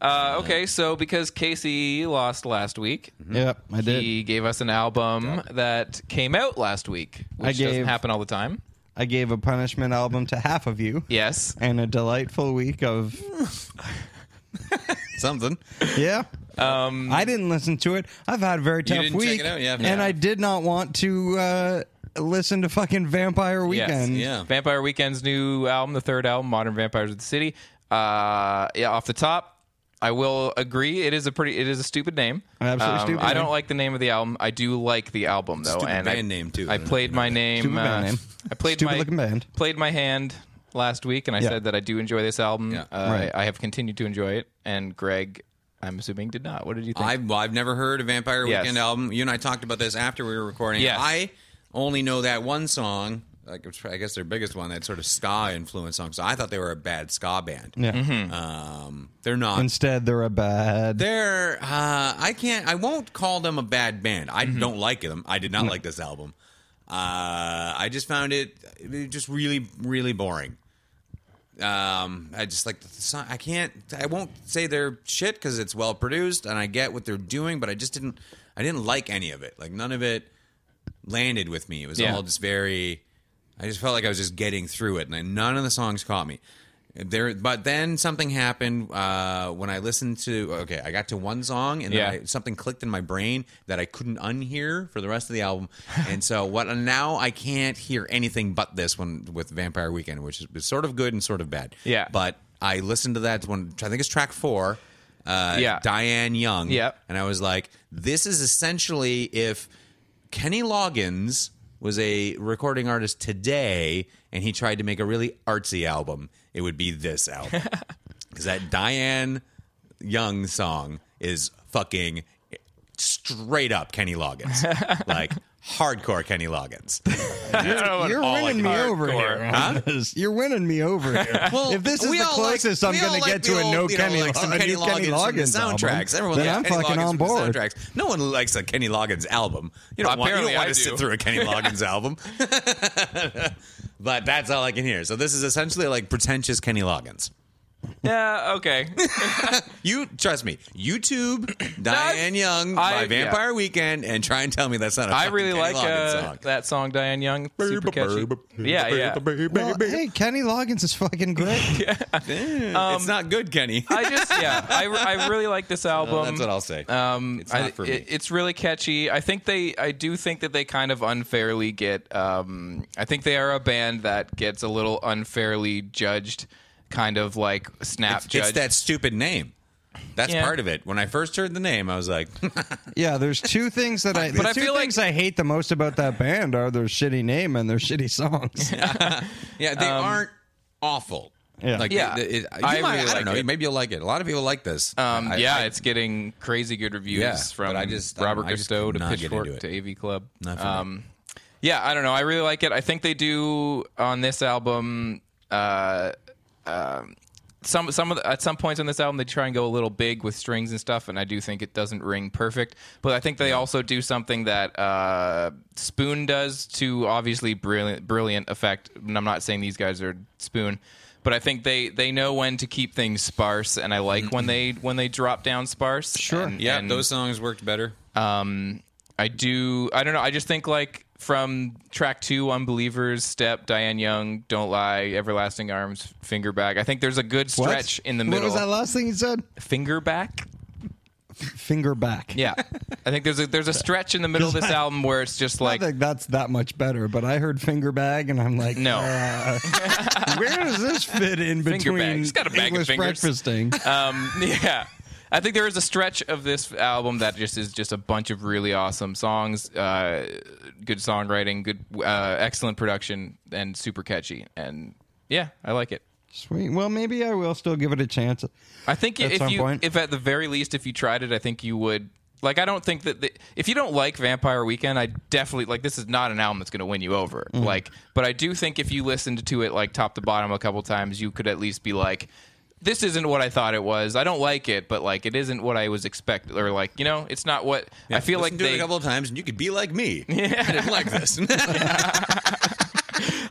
Speaker 3: uh, okay, so because Casey lost last week,
Speaker 5: Yep, I Mm-hmm. did.
Speaker 3: He gave us an album that came out last week, which doesn't
Speaker 5: gave-
Speaker 3: happen all the time.
Speaker 5: I gave a punishment album to half of you.
Speaker 3: Yes.
Speaker 5: And a delightful week of
Speaker 6: something.
Speaker 5: yeah. Um, I didn't listen to it. I've had a very tough
Speaker 6: didn't check
Speaker 5: week,
Speaker 6: it out? Yeah, I've
Speaker 5: and
Speaker 6: not.
Speaker 5: I did not want to uh, listen to fucking Vampire Weekend.
Speaker 6: Yeah.
Speaker 3: Vampire Weekend's new album, the third album, Modern Vampires of the City. Uh, yeah, off the top, I will agree it is a pretty it is a stupid name.
Speaker 5: An absolutely stupid
Speaker 3: I don't
Speaker 5: name.
Speaker 3: like the name of the album. I do like the album though,
Speaker 6: Stupid
Speaker 3: and I,
Speaker 6: band name, too.
Speaker 3: I
Speaker 6: I don't know
Speaker 3: played
Speaker 6: if you
Speaker 3: my
Speaker 6: know that.
Speaker 3: name.
Speaker 5: Stupid band
Speaker 3: uh,
Speaker 5: name.
Speaker 3: I played
Speaker 5: Stupid
Speaker 3: my
Speaker 5: looking band.
Speaker 3: Played my hand last week, and I
Speaker 5: Yeah.
Speaker 3: said that I do enjoy this album.
Speaker 6: Yeah.
Speaker 3: Uh,
Speaker 5: Right.
Speaker 3: I have continued to enjoy it, and Greg, I'm assuming, did not. What did you think?
Speaker 6: I've well, I've never heard a Vampire
Speaker 3: Yes.
Speaker 6: Weekend album. You and I talked about this after we were recording.
Speaker 3: Yes.
Speaker 6: I only know that one song. Like it's- I guess their biggest one, that sort of ska influence song. So I thought they were a bad ska band.
Speaker 5: Yeah.
Speaker 6: Um, they're not.
Speaker 5: Instead, they're a bad.
Speaker 6: They're uh, I can't I won't call them a bad band. I don't like them. I did not like this album. Uh, I just found it it just really really boring. Um, I just like the song. I can't. I won't say they're shit because it's well produced and I get what they're doing, but I just didn't. I didn't like any of it. Like none of it landed with me. It was
Speaker 3: Yeah.
Speaker 6: all just very. I just felt like I was just getting through it, and none of the songs caught me. There, but then something happened uh, when I listened to. Okay, I got to one song, and
Speaker 3: Yeah.
Speaker 6: then I, something clicked in my brain that I couldn't unhear for the rest of the album, and so what? And now I can't hear anything but this one with Vampire Weekend, which is, was sort of good and sort of bad.
Speaker 3: Yeah.
Speaker 6: but I listened to that one. I think it's track four. Uh,
Speaker 3: Yeah.
Speaker 6: Diane Young.
Speaker 3: Yep.
Speaker 6: And I was like, this is essentially if Kenny Loggins was a recording artist today and he tried to make a really artsy album, it would be this album. Because that Diane Young song is fucking straight up Kenny Loggins. like hardcore Kenny Loggins.
Speaker 5: You're
Speaker 6: all
Speaker 5: winning me
Speaker 6: like
Speaker 5: over here. on this. You're winning me over here.
Speaker 6: Well,
Speaker 5: if this is
Speaker 6: we
Speaker 5: the
Speaker 6: all like-
Speaker 5: closest
Speaker 6: we
Speaker 5: I'm
Speaker 6: all
Speaker 5: going to
Speaker 6: like
Speaker 5: get
Speaker 6: the
Speaker 5: to a
Speaker 6: old,
Speaker 5: no
Speaker 6: you know,
Speaker 5: Kenny,
Speaker 6: like some
Speaker 5: a new
Speaker 6: Kenny Loggins, from the
Speaker 5: Loggins album,
Speaker 6: soundtracks. Everyone
Speaker 5: then
Speaker 6: likes
Speaker 5: I'm
Speaker 6: Kenny
Speaker 5: fucking
Speaker 6: Loggins
Speaker 5: on
Speaker 6: from the
Speaker 5: board.
Speaker 6: soundtracks. No one likes a Kenny Loggins album. You don't want, you
Speaker 3: Apparently
Speaker 6: don't want
Speaker 3: I
Speaker 6: to
Speaker 3: do.
Speaker 6: sit through a Kenny Loggins album. but that's all I can hear. So this is essentially like pretentious Kenny Loggins.
Speaker 3: yeah. Okay.
Speaker 6: You trust me. YouTube Diane Young
Speaker 3: I-
Speaker 6: by Vampire Weekend, and try and tell me that's not a
Speaker 3: I
Speaker 6: fucking
Speaker 3: really
Speaker 6: Kenny
Speaker 3: like
Speaker 6: Loggins
Speaker 3: uh,
Speaker 6: song.
Speaker 3: that song, Diane Young. Super catchy. Yeah, yeah.
Speaker 5: Well, hey, Kenny Loggins is fucking great.
Speaker 6: it's not good, Kenny.
Speaker 3: I just yeah, I, I really like this album.
Speaker 6: that's what I'll say.
Speaker 3: Um,
Speaker 6: It's not
Speaker 3: I-
Speaker 6: for me.
Speaker 3: it- it's really catchy. I think they, I do think that they kind of unfairly get. Um, I think they are a band that gets a little unfairly judged, kind of like snap
Speaker 6: it's
Speaker 3: judged.
Speaker 6: that stupid name. That's
Speaker 3: Yeah.
Speaker 6: part of it. When I first heard the name, I was like,
Speaker 5: Yeah, there's two things that I. But
Speaker 3: I
Speaker 5: two
Speaker 3: feel like-
Speaker 5: things I hate the most about that band are their shitty name and their shitty songs.
Speaker 6: "Yeah, they aren't awful."
Speaker 5: Yeah.
Speaker 6: like,
Speaker 3: Um, Yeah.
Speaker 6: It, it, you
Speaker 3: I
Speaker 6: might- I
Speaker 3: really
Speaker 6: don't
Speaker 3: like
Speaker 6: know.
Speaker 3: it.
Speaker 6: Maybe you'll like it. A lot of people like this.
Speaker 3: Um,
Speaker 6: I-
Speaker 3: yeah,
Speaker 6: I-
Speaker 3: it's getting crazy good reviews
Speaker 6: Yeah,
Speaker 3: from
Speaker 6: but I just- I
Speaker 3: Robert
Speaker 6: don't- I just
Speaker 3: Gusteau
Speaker 6: could
Speaker 3: to
Speaker 6: not get into
Speaker 3: Pitchfork
Speaker 6: it.
Speaker 3: to AV Club.
Speaker 6: Not for me.
Speaker 3: Um, yeah, I don't know. I really like it. I think they do on this album. Uh, um, some some of the, at some points on this album they try and go a little big with strings and stuff, and I do think it doesn't ring perfect. But I think they also do something that uh, Spoon does to obviously brilliant brilliant effect. And I'm not saying these guys are Spoon, but I think they they know when to keep things sparse, and I like when they
Speaker 5: Mm-hmm.
Speaker 3: when they drop down sparse. Sure,
Speaker 6: yeah, those songs worked better.
Speaker 3: I do. I don't know. I just think like from track two, Unbelievers, Step, Diane Young, Don't Lie, Everlasting Arms, Finger Back. I think there's a good
Speaker 5: What?
Speaker 3: stretch in the middle.
Speaker 5: What was that last thing you said?
Speaker 3: Finger Back.
Speaker 5: Finger back.
Speaker 3: Yeah, I think there's a there's a stretch in the middle of this album where it's just
Speaker 5: I
Speaker 3: like.
Speaker 5: don't think that's that much better, but I heard finger bag and I'm like,
Speaker 3: No.
Speaker 5: uh, where does this fit in
Speaker 3: Finger bag.
Speaker 5: between
Speaker 3: She's got a bag of
Speaker 5: English
Speaker 3: fingers.
Speaker 5: breakfasting?
Speaker 3: Um, yeah. I think there is a stretch of this album that just is just a bunch of really awesome songs, uh, good songwriting, good, uh, excellent production, and super catchy. And yeah, I like it.
Speaker 5: Sweet. Well, maybe I will still give it a chance.
Speaker 3: I think
Speaker 5: At
Speaker 3: if
Speaker 5: some
Speaker 3: you,
Speaker 5: point.
Speaker 3: if at the very least, if you tried it, I think you would. Like, I don't think that the, if you don't like Vampire Weekend, I definitely like this is not an album that's going to win you over. Like, but I do think if you listened to it like top to bottom a couple times, you could at least be like, this isn't what I thought it was. I don't like it, but like it isn't what I was expecting, or like you know, it's not what I feel like
Speaker 6: Listen to it
Speaker 3: they
Speaker 6: a couple of times, and you could be like me. I didn't like this.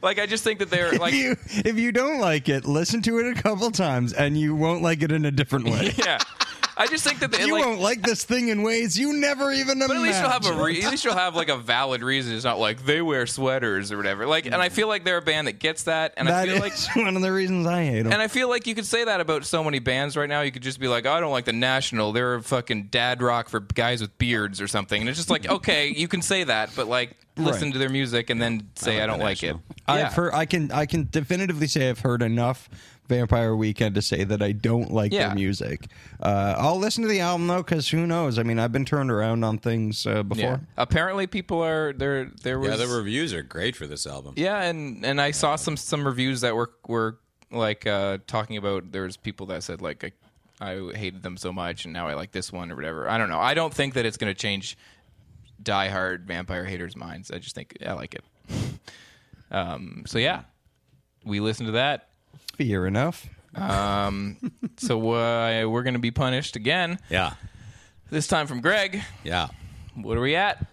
Speaker 3: like. I just think that they're like
Speaker 5: if you if you don't like it, listen to it a couple times, and you won't like it in a different way.
Speaker 3: yeah. I just think that they,
Speaker 5: you
Speaker 3: like,
Speaker 5: won't like this thing in ways you never even
Speaker 3: But at
Speaker 5: imagined.
Speaker 3: least you'll have a re- at least you'll have like a valid reason. It's not like they wear sweaters or whatever. Like, and I feel like they're a band that gets that. And I
Speaker 5: That
Speaker 3: feel
Speaker 5: is
Speaker 3: like
Speaker 5: one of the reasons I hate them.
Speaker 3: and I feel like you could say that about so many bands right now. You could just be like, oh, I don't like the National. They're a fucking dad rock for guys with beards or something. And it's just like, okay, you can say that, but like listen
Speaker 5: Right.
Speaker 3: to their music and then say I, don't like it.
Speaker 5: I've
Speaker 3: Yeah.
Speaker 5: heard. I can. I can definitively say I've heard enough Vampire Weekend to say that I don't like
Speaker 3: Yeah.
Speaker 5: their music. Uh, I'll listen to the album though, because who knows? I mean, I've been turned around on things uh, before.
Speaker 3: Yeah. Apparently, people are there. There was
Speaker 6: yeah, the reviews are great for this album.
Speaker 3: Yeah, and and I saw some some reviews that were were like uh, talking about there was people that said like I, I hated them so much and now I like this one or whatever. I don't know. I don't think that it's going to change diehard vampire haters' minds. I just think I like it. Um, so yeah, we listened to that.
Speaker 5: Fair enough.
Speaker 3: So uh, we're going to be punished again.
Speaker 6: Yeah,
Speaker 3: This time from Greg.
Speaker 6: yeah.
Speaker 3: What are we at?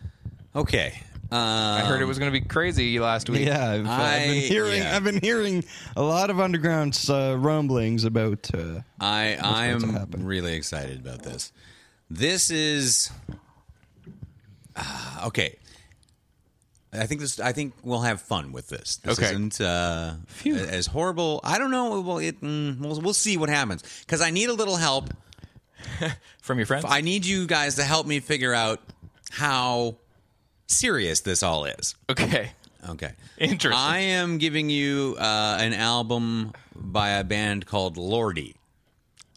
Speaker 6: Okay. Uh,
Speaker 3: I heard it was going to be crazy last week.
Speaker 5: Yeah, I've, I've
Speaker 6: I-
Speaker 5: been hearing.
Speaker 6: yeah.
Speaker 5: I've been hearing a lot of underground's uh, rumblings about. Uh,
Speaker 6: I I
Speaker 5: what's
Speaker 6: am
Speaker 5: happened.
Speaker 6: really excited about this. This is Ah, okay. I think this. I think we'll have fun with this. This
Speaker 3: Okay.
Speaker 6: isn't uh, as horrible. I don't know. Well, it, mm, we'll, we'll see what happens because I need a little help.
Speaker 3: From your friends.
Speaker 6: I need you guys to help me figure out how serious this all is.
Speaker 3: okay.
Speaker 6: Okay.
Speaker 3: Interesting.
Speaker 6: I am giving you uh, an album by a band called Lordy.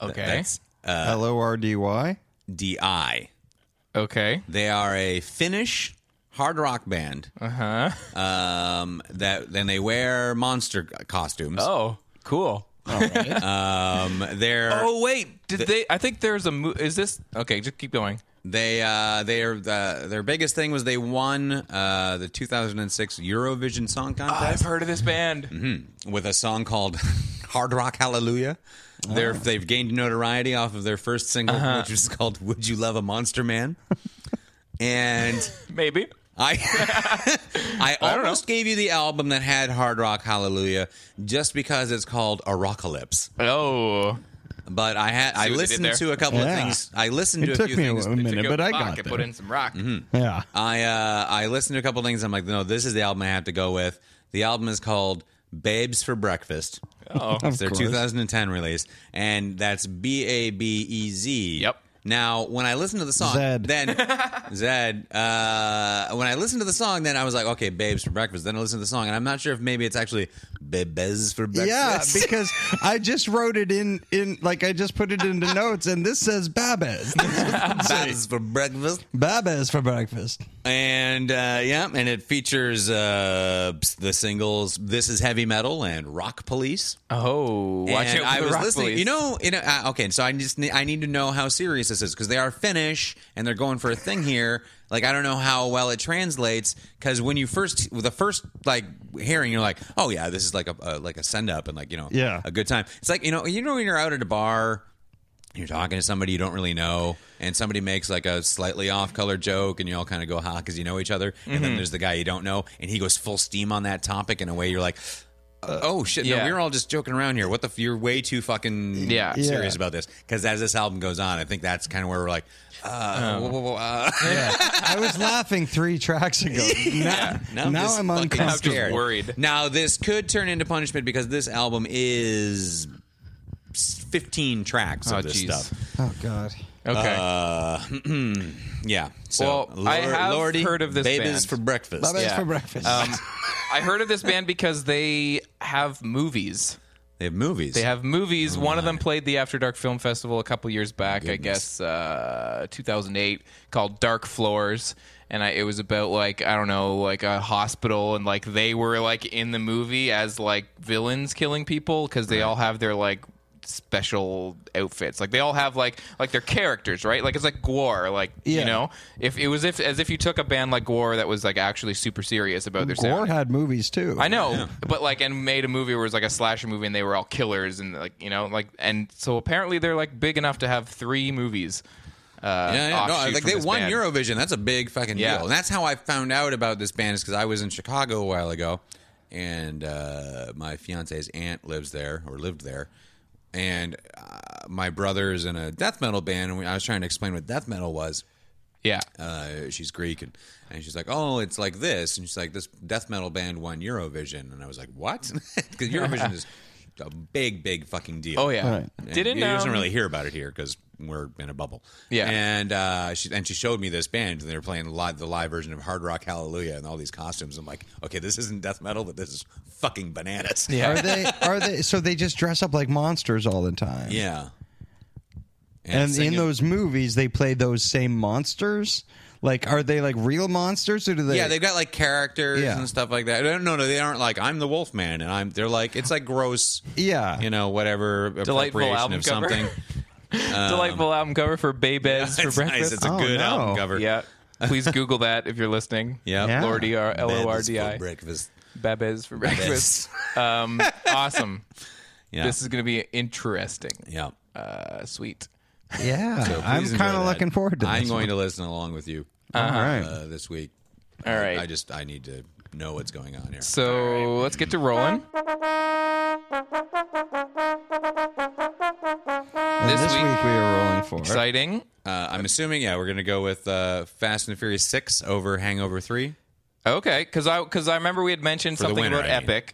Speaker 3: Okay.
Speaker 6: That's
Speaker 5: L O R D Y.
Speaker 6: D I.
Speaker 3: okay.
Speaker 6: They are a Finnish hard rock band.
Speaker 3: Uh.
Speaker 6: Uh-huh. Um, that then they wear monster costumes.
Speaker 3: Oh, cool.
Speaker 6: Um, they're
Speaker 3: Oh wait, did they? I think there's a. Mo- is this okay? Just keep going.
Speaker 6: they uh, they are the, their biggest thing was they won uh, the 2006 Eurovision Song
Speaker 3: I've
Speaker 6: Contest
Speaker 3: heard of this band. Ah.
Speaker 6: with a song called Hard Rock Hallelujah. They're,
Speaker 3: Ah.
Speaker 6: they've gained notoriety off of their first single,
Speaker 3: Uh-huh.
Speaker 6: which is called "Would You Love a Monster Man," and.
Speaker 3: Maybe.
Speaker 6: I I almost gave you the album that had Hard Rock Hallelujah just because it's called Arocalypse.
Speaker 3: Oh,
Speaker 6: But I had I
Speaker 3: what they did
Speaker 6: listened
Speaker 3: there?
Speaker 6: to a couple of
Speaker 5: Yeah.
Speaker 6: things. I listened
Speaker 5: It
Speaker 6: to a
Speaker 5: took
Speaker 6: few
Speaker 5: me a
Speaker 6: things.
Speaker 5: little minute,
Speaker 3: Took
Speaker 5: but
Speaker 3: a
Speaker 5: I
Speaker 3: rock
Speaker 5: got
Speaker 3: and
Speaker 5: there.
Speaker 3: put in some rock.
Speaker 5: yeah.
Speaker 6: I uh, I listened to a couple of things. I'm like, no, this is the album I have to go with. The album is called Babes for Breakfast.
Speaker 3: Oh,
Speaker 6: It's their
Speaker 5: course.
Speaker 6: 2010 release, and that's B A B E Z.
Speaker 3: Yep.
Speaker 6: Now, when I listened to the song,
Speaker 5: Zed.
Speaker 6: then Zed, uh, when I listened to the song, then I was like, okay, babes for breakfast. Then I listened to the song, and I'm not sure if maybe it's actually babes for breakfast.
Speaker 5: Yeah, because I just wrote it in in like I just put it into notes, and this says Babes.
Speaker 6: babes for breakfast.
Speaker 5: Babes for breakfast.
Speaker 6: And uh, yeah, and it features uh, the singles "This Is Heavy Metal" and "Rock Police."
Speaker 3: Oh, watch
Speaker 6: and
Speaker 3: out for
Speaker 6: I
Speaker 3: the
Speaker 6: was
Speaker 3: rock
Speaker 6: listening.
Speaker 3: police.
Speaker 6: You know, you know. Uh, okay, so I just ne- I need to know how serious this is because they are Finnish and they're going for a thing here. Like I don't know how well it translates because when you first the first like hearing you're like, oh yeah, this is like a, a like a send up and like you know
Speaker 5: Yeah.
Speaker 6: a good time. It's like you know you know when you're out at a bar. You're talking to somebody you don't really know, and somebody makes like a slightly off color joke, and you all kind of go ha because you know each other. And
Speaker 3: Mm-hmm.
Speaker 6: then there's the guy you don't know, and he goes full steam on that topic in a way you're like, oh shit, no,
Speaker 3: Uh, yeah.
Speaker 6: we were all just joking around here. What the? F- you're way too fucking
Speaker 3: Yeah. Yeah.
Speaker 6: serious about this. Because as this album goes on, I think that's kind of where we're like, uh,
Speaker 3: Oh.
Speaker 6: whoa, whoa, whoa, uh.
Speaker 5: Yeah, I was laughing three tracks ago. Now,
Speaker 6: Now,
Speaker 5: now
Speaker 6: just
Speaker 5: I'm
Speaker 6: fucking
Speaker 5: uncomfortable.
Speaker 6: scared.
Speaker 3: worried.
Speaker 6: Now this could turn into punishment because this album is 15 tracks
Speaker 3: Oh,
Speaker 6: of this
Speaker 3: jeez.
Speaker 6: stuff.
Speaker 5: Oh God.
Speaker 3: okay.
Speaker 6: uh, Yeah. So
Speaker 3: Well, I have heard of this
Speaker 6: Babies
Speaker 3: band.
Speaker 6: for breakfast.
Speaker 5: Babes
Speaker 3: Yeah.
Speaker 5: for breakfast.
Speaker 3: um, I heard of this band because they have movies.
Speaker 6: They have movies.
Speaker 3: They have movies. One of them played the After Dark Film Festival a couple years back, I guess, uh, 2008, called Dark Floors. And I, it was about like I don't know, like a hospital, and like they were like in the movie as like villains killing people because they all have their like special outfits. Like they all have like like their characters, right? Like it's like Gwar, like you
Speaker 5: Yeah.
Speaker 3: know, if it was if as if you took a band like Gwar that was like actually super serious about their
Speaker 5: Gore
Speaker 3: sound.
Speaker 5: had movies too.
Speaker 3: I know, but like, and made a movie where it was like a slasher movie, and they were all killers, and like, you know, like, and so apparently they're like big enough to have three movies. Uh,
Speaker 6: Yeah, yeah, no,
Speaker 3: offshoot
Speaker 6: like
Speaker 3: from
Speaker 6: they
Speaker 3: this
Speaker 6: won
Speaker 3: band.
Speaker 6: Eurovision. That's a big fucking
Speaker 3: Yeah.
Speaker 6: deal. And that's how I found out about this band is because I was in Chicago a while ago, and uh, my fiance's aunt lives there or lived there, and uh, my brother's in a death metal band, and we, I was trying to explain what death metal was.
Speaker 3: Yeah,
Speaker 6: Uh, she's Greek, and, and she's like, "Oh, it's like this," and she's like, "This death metal band won Eurovision," and I was like, "What?" Because Eurovision is a big, big fucking deal.
Speaker 3: oh yeah,
Speaker 5: Right.
Speaker 6: And
Speaker 3: didn't
Speaker 6: he doesn't
Speaker 3: um,
Speaker 6: really hear about it here because we're in a bubble.
Speaker 3: Yeah.
Speaker 6: and uh, she and she showed me this band, and they were playing live, the live version of Hard Rock Hallelujah, and all these costumes. I'm like, okay, this isn't death metal, but this is fucking bananas.
Speaker 5: Are they? Are they? So they just dress up like monsters all the time.
Speaker 6: yeah.
Speaker 5: And
Speaker 6: sing
Speaker 5: in
Speaker 6: it-
Speaker 5: those movies, they play those same monsters. Like, are they like real monsters, or do they?
Speaker 6: yeah, they've got like characters
Speaker 5: Yeah.
Speaker 6: and stuff like that. No, no, no, they aren't like I'm the Wolfman, and I'm. They're like it's like gross,
Speaker 5: Yeah.
Speaker 6: you know, whatever
Speaker 3: Delightful
Speaker 6: appropriation
Speaker 3: album
Speaker 6: of
Speaker 3: cover.
Speaker 6: something.
Speaker 3: delightful album cover for Babes for
Speaker 6: it's nice.
Speaker 3: breakfast.
Speaker 6: It's a
Speaker 5: Oh,
Speaker 6: good
Speaker 5: no.
Speaker 6: album cover.
Speaker 3: yeah, please Google that if you're listening.
Speaker 6: Yep.
Speaker 5: Yeah.
Speaker 3: Lordy, R L O R D I,
Speaker 6: breakfast.
Speaker 3: Babes for breakfast. um, awesome.
Speaker 6: Yeah.
Speaker 3: This is gonna be interesting.
Speaker 6: yeah.
Speaker 3: Uh, sweet.
Speaker 5: Yeah, I'm
Speaker 6: Please
Speaker 5: kind
Speaker 6: enjoy
Speaker 5: of
Speaker 6: that.
Speaker 5: looking forward to this.
Speaker 6: I'm going to listen along with you
Speaker 5: All right.
Speaker 6: uh, this week.
Speaker 3: All right.
Speaker 6: I just I need to know what's going on here.
Speaker 3: So let's get to rolling.
Speaker 5: And
Speaker 3: this
Speaker 5: this,
Speaker 3: week-
Speaker 5: week, we are rolling for.
Speaker 3: Exciting.
Speaker 6: Uh, I'm assuming yeah, we're gonna go with uh, Fast and the Furious Six over Hangover Three.
Speaker 3: Okay, because I because I remember we had mentioned
Speaker 6: For the
Speaker 3: something
Speaker 6: winner,
Speaker 3: about
Speaker 6: I mean.
Speaker 3: Epic.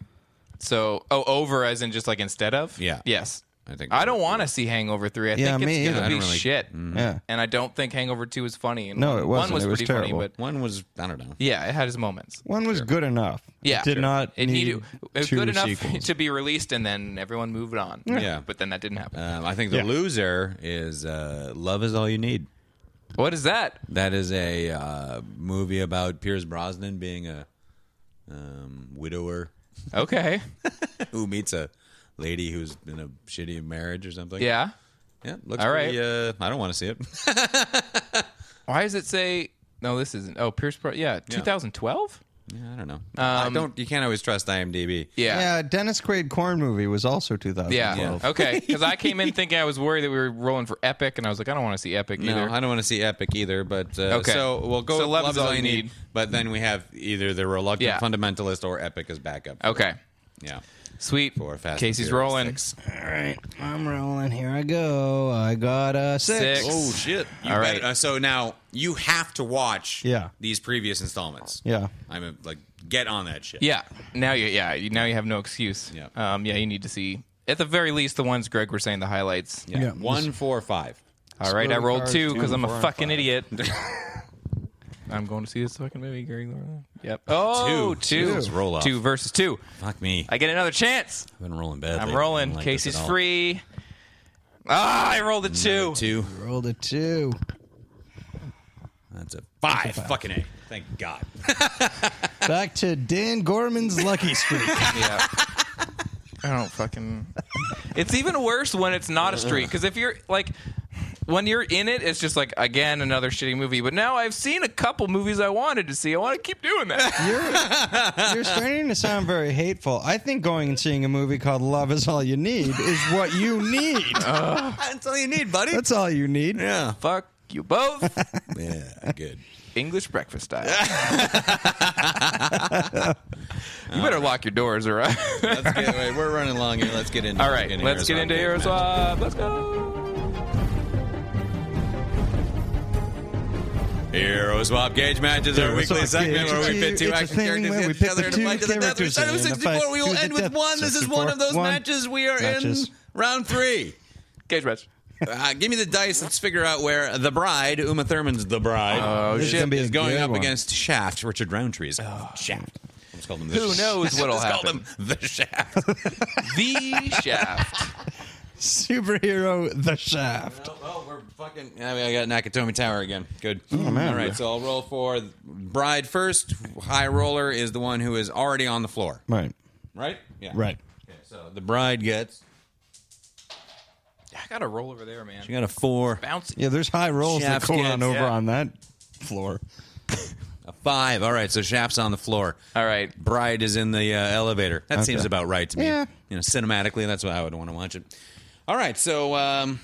Speaker 3: So oh, over as in just like instead of.
Speaker 6: Yeah.
Speaker 3: Yes.
Speaker 6: I think
Speaker 3: I don't want to see Hangover Three. I
Speaker 5: Yeah,
Speaker 3: think
Speaker 5: me
Speaker 3: it's
Speaker 5: either.
Speaker 3: gonna
Speaker 5: I
Speaker 3: be
Speaker 6: don't really- Mm.
Speaker 3: shit.
Speaker 5: Yeah.
Speaker 3: And I don't think Hangover Two is funny. And
Speaker 5: No,
Speaker 3: one-
Speaker 5: it wasn't.
Speaker 3: One was
Speaker 5: It was
Speaker 3: pretty
Speaker 5: terrible.
Speaker 3: funny, but
Speaker 6: One was I don't know.
Speaker 3: yeah, it had its moments.
Speaker 5: One was good enough.
Speaker 3: Yeah,
Speaker 5: It did
Speaker 3: Sure.
Speaker 5: not
Speaker 3: It
Speaker 5: need
Speaker 3: needed- it was
Speaker 5: two
Speaker 3: good enough
Speaker 5: sequels.
Speaker 3: to be released, and then everyone moved on.
Speaker 6: Yeah.
Speaker 3: but then that didn't happen.
Speaker 6: Um, I think the
Speaker 5: Yeah.
Speaker 6: loser is uh, Love Is All You Need.
Speaker 3: what is that?
Speaker 6: That is a uh, movie about Pierce Brosnan being a um, widower
Speaker 3: Okay.
Speaker 6: who meets a lady who's in a shitty marriage or something.
Speaker 3: yeah.
Speaker 6: yeah. Looks
Speaker 3: All
Speaker 6: pretty, uh, I don't want to see it.
Speaker 3: Why does it say? No, this isn't. Oh, Pierce. Bro- yeah, 2012.
Speaker 6: Yeah, I don't know. I don't. You can't always trust IMDb.
Speaker 3: Um, Yeah.
Speaker 5: Yeah, Dennis Quaid corn movie was also 2012.
Speaker 3: Yeah. Okay. Because I came in thinking I was worried that we were rolling for Epic, and I was like, I don't want to see Epic
Speaker 6: No,
Speaker 3: either.
Speaker 6: I don't want to see Epic either. But uh,
Speaker 3: Okay.
Speaker 6: so we'll go.
Speaker 3: So
Speaker 6: with
Speaker 3: Love Is All You Need.
Speaker 6: But then we have either the reluctant
Speaker 3: Yeah.
Speaker 6: fundamentalist or Epic as backup.
Speaker 3: okay.
Speaker 6: Yeah.
Speaker 3: Sweet.
Speaker 6: For Fast and
Speaker 3: Casey's
Speaker 6: Furious
Speaker 3: rolling.
Speaker 6: six.
Speaker 5: All right, I'm rolling. Here I go. I got a six.
Speaker 3: Six.
Speaker 6: Oh shit! You
Speaker 3: All
Speaker 6: bet-
Speaker 3: right.
Speaker 6: uh, so now you have to watch.
Speaker 5: Yeah.
Speaker 6: These previous installments.
Speaker 5: Yeah.
Speaker 6: I'm a, like, get on that shit.
Speaker 3: Yeah. Now you. Yeah. You, now you have no excuse.
Speaker 6: Yeah.
Speaker 3: Um. Yeah. You need to see at the very least the ones Greg were saying the highlights.
Speaker 6: Yeah. One, four, five.
Speaker 3: All right, I
Speaker 5: Exploding
Speaker 3: rolled
Speaker 5: cars,
Speaker 3: two because
Speaker 5: two,
Speaker 3: I'm a
Speaker 5: four, and
Speaker 3: fucking
Speaker 5: five.
Speaker 3: idiot. I'm going to see this fucking movie, Gary. Yep. Oh,
Speaker 6: Two.
Speaker 3: two.
Speaker 6: Jesus, roll off.
Speaker 3: Two versus two.
Speaker 6: Fuck me.
Speaker 3: I get another chance.
Speaker 6: I've been rolling bad.
Speaker 3: I'm rolling. Casey's free. Ah, I rolled a two.
Speaker 6: Two.
Speaker 5: Rolled a two.
Speaker 6: That's a five. Fucking A. Thank God.
Speaker 5: Back to Dan Gorman's lucky streak.
Speaker 3: Yeah. I don't fucking. It's even worse when it's not a streak because if you're like, when you're in it, it's just like again another shitty movie. But now I've seen a couple movies I wanted to see. I want to keep doing that.
Speaker 5: You're starting to sound very hateful. I think going and seeing a movie called Love Is All You Need is what you need.
Speaker 6: That's all you need, buddy.
Speaker 5: That's all you need.
Speaker 6: yeah.
Speaker 3: Fuck you both.
Speaker 6: Yeah. Good.
Speaker 3: English breakfast style. you better lock your doors, all right?
Speaker 6: Let's get. Wait, we're running long here. Let's get into.
Speaker 3: all right, let's get into Hero Swap. Let's go.
Speaker 6: Hero oh, swap gauge matches are a
Speaker 5: Hero
Speaker 6: weekly
Speaker 5: oh, swap
Speaker 6: segment
Speaker 5: gauge.
Speaker 6: where we
Speaker 5: It's
Speaker 6: pit
Speaker 5: a-
Speaker 6: two
Speaker 5: it's a
Speaker 6: action
Speaker 5: thing
Speaker 6: characters
Speaker 5: where we
Speaker 6: against
Speaker 5: pit
Speaker 6: each other
Speaker 5: the
Speaker 6: to
Speaker 5: two
Speaker 6: fight to the death. We're
Speaker 5: characters
Speaker 6: starting with
Speaker 5: in a
Speaker 6: 64.
Speaker 5: fight
Speaker 6: We
Speaker 5: to
Speaker 6: will
Speaker 5: the
Speaker 6: end with
Speaker 5: death.
Speaker 6: one. This is one of those
Speaker 5: 64.
Speaker 6: matches. We are
Speaker 5: Matches.
Speaker 6: in round three.
Speaker 3: Cage match.
Speaker 6: Uh, give me the dice. Let's figure out where the bride, Uma Thurman's the bride, oh,
Speaker 5: This is shit. gonna be
Speaker 6: is
Speaker 5: a
Speaker 6: going
Speaker 5: good
Speaker 6: up
Speaker 5: one. Oh.
Speaker 6: against Shaft, Richard Roundtree's Shaft. Let's call them the
Speaker 3: Who
Speaker 6: Shaft.
Speaker 3: knows what'll
Speaker 6: Let's call
Speaker 3: happen.
Speaker 6: them the Shaft.
Speaker 3: The Shaft.
Speaker 5: Superhero The Shaft.
Speaker 6: well, we're fucking. I, mean, I got Nakatomi Tower again. Good.
Speaker 5: Oh,
Speaker 6: All right, so I'll roll for bride first. High roller is the one who is already on the floor.
Speaker 5: Right.
Speaker 6: Right? Yeah.
Speaker 5: Right.
Speaker 6: Okay, so the bride gets.
Speaker 3: I got to roll over there, man.
Speaker 6: She got a four,
Speaker 3: Bouncy.
Speaker 5: Yeah, there's high rolls
Speaker 6: Shaft
Speaker 5: that go on
Speaker 6: gets-
Speaker 5: over
Speaker 3: yeah.
Speaker 5: on that floor.
Speaker 6: a five. All right, so Shaft's on the floor.
Speaker 3: All right.
Speaker 6: Bride is in the uh, elevator. That seems about right to me.
Speaker 5: Yeah.
Speaker 6: You know, cinematically, that's what I would want to watch it. All right, so um,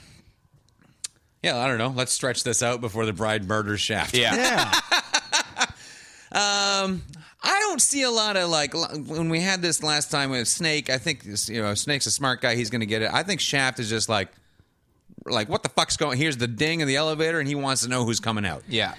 Speaker 6: yeah, I don't know. Let's stretch this out before the bride murders Shaft.
Speaker 3: Yeah.
Speaker 5: Yeah.
Speaker 6: Um, I don't see a lot of like l- when we had this last time with Snake. I think this- you know Snake's a smart guy. He's going to get it. I think Shaft is just like, like what the fuck's going? Here's the ding of the elevator, and he wants to know who's coming out.
Speaker 3: Yeah.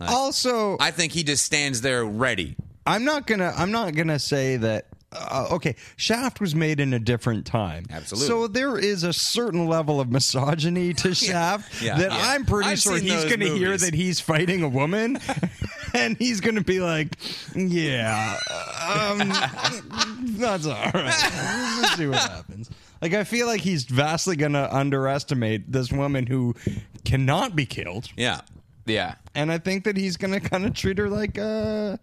Speaker 5: also,
Speaker 6: I think he just stands there ready.
Speaker 5: I'm not gonna. I'm not gonna say that. Uh, okay, Shaft was made in a different time.
Speaker 6: Absolutely.
Speaker 5: So there is a certain level of misogyny to Shaft
Speaker 6: Yeah,
Speaker 5: that
Speaker 6: yeah.
Speaker 5: I'm pretty
Speaker 6: I've
Speaker 5: sure
Speaker 6: seen
Speaker 5: he's
Speaker 6: those
Speaker 5: going to hear
Speaker 6: movies.
Speaker 5: that he's fighting a woman, and he's going to be like, "Yeah, um, that's all right. Let's see what happens." Like I feel like he's vastly going to underestimate this woman who cannot be killed,
Speaker 6: Yeah,
Speaker 3: Yeah.
Speaker 5: and I think that he's going to kind of treat her like uh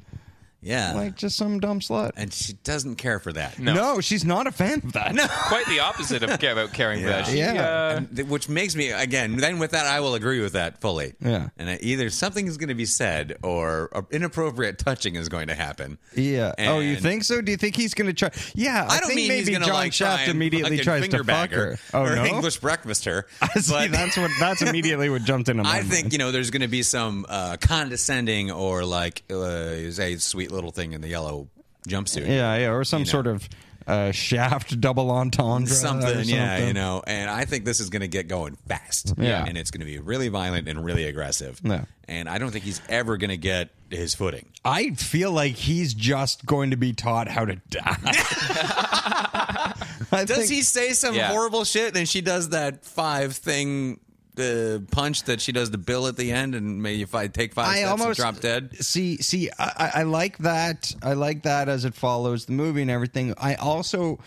Speaker 6: yeah.
Speaker 5: like just some dumb slut.
Speaker 6: and she doesn't care for that.
Speaker 3: No.
Speaker 5: No. she's not a fan of that. No.
Speaker 3: Quite the opposite of care about caring for that. She,
Speaker 5: Yeah.
Speaker 3: uh,
Speaker 6: And th- which makes me again. Then with that, I will agree with that fully.
Speaker 5: Yeah.
Speaker 6: And I, either something is going to be said, or uh, inappropriate touching is going to happen.
Speaker 5: Yeah. oh, you
Speaker 6: And-
Speaker 5: think so? Do you think he's going to try? Yeah, I,
Speaker 6: I don't
Speaker 5: think
Speaker 6: mean
Speaker 5: maybe
Speaker 6: he's gonna
Speaker 5: John
Speaker 6: like try
Speaker 5: Shaft
Speaker 6: and
Speaker 5: immediately
Speaker 6: fucking
Speaker 5: tries to
Speaker 6: finger bag
Speaker 5: fuck her. Oh
Speaker 6: or
Speaker 5: no.
Speaker 6: English breakfast her.
Speaker 5: See,
Speaker 6: But
Speaker 5: that's what that's immediately what jumped into my
Speaker 6: I
Speaker 5: mind.
Speaker 6: think you know there's going to be some uh, condescending or like uh, say sweet little thing in the yellow jumpsuit.
Speaker 5: Yeah, yeah, or some sort of uh, Shaft double entendre. or
Speaker 6: Something, yeah,
Speaker 5: something.
Speaker 6: you know, and I think this is going to get going fast,
Speaker 5: Yeah.
Speaker 6: and it's going to be really violent and really aggressive,
Speaker 5: Yeah.
Speaker 6: and I don't think he's ever going to get his footing.
Speaker 5: I feel like he's just going to be taught how to die. I
Speaker 6: Does
Speaker 5: think-
Speaker 6: he say some
Speaker 3: Yeah.
Speaker 6: horrible shit and she does that five thing uh, punch that she does the bill at the end and may you fight, take five steps and drop dead?
Speaker 5: See, see, I, I I like that. I like that as it follows the movie and everything. I also.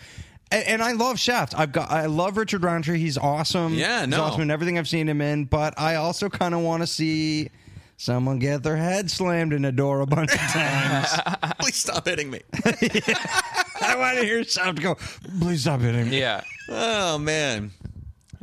Speaker 5: And, and I love Shaft. I've got I love Richard Roundtree. He's awesome.
Speaker 6: Yeah,
Speaker 5: he's
Speaker 6: no.
Speaker 5: awesome in everything I've seen him in. But I also kind of want to see someone get their head slammed in a door a bunch of times.
Speaker 6: Please stop hitting me.
Speaker 5: I want to hear Shaft go, "Please stop hitting me."
Speaker 3: yeah.
Speaker 6: oh, man.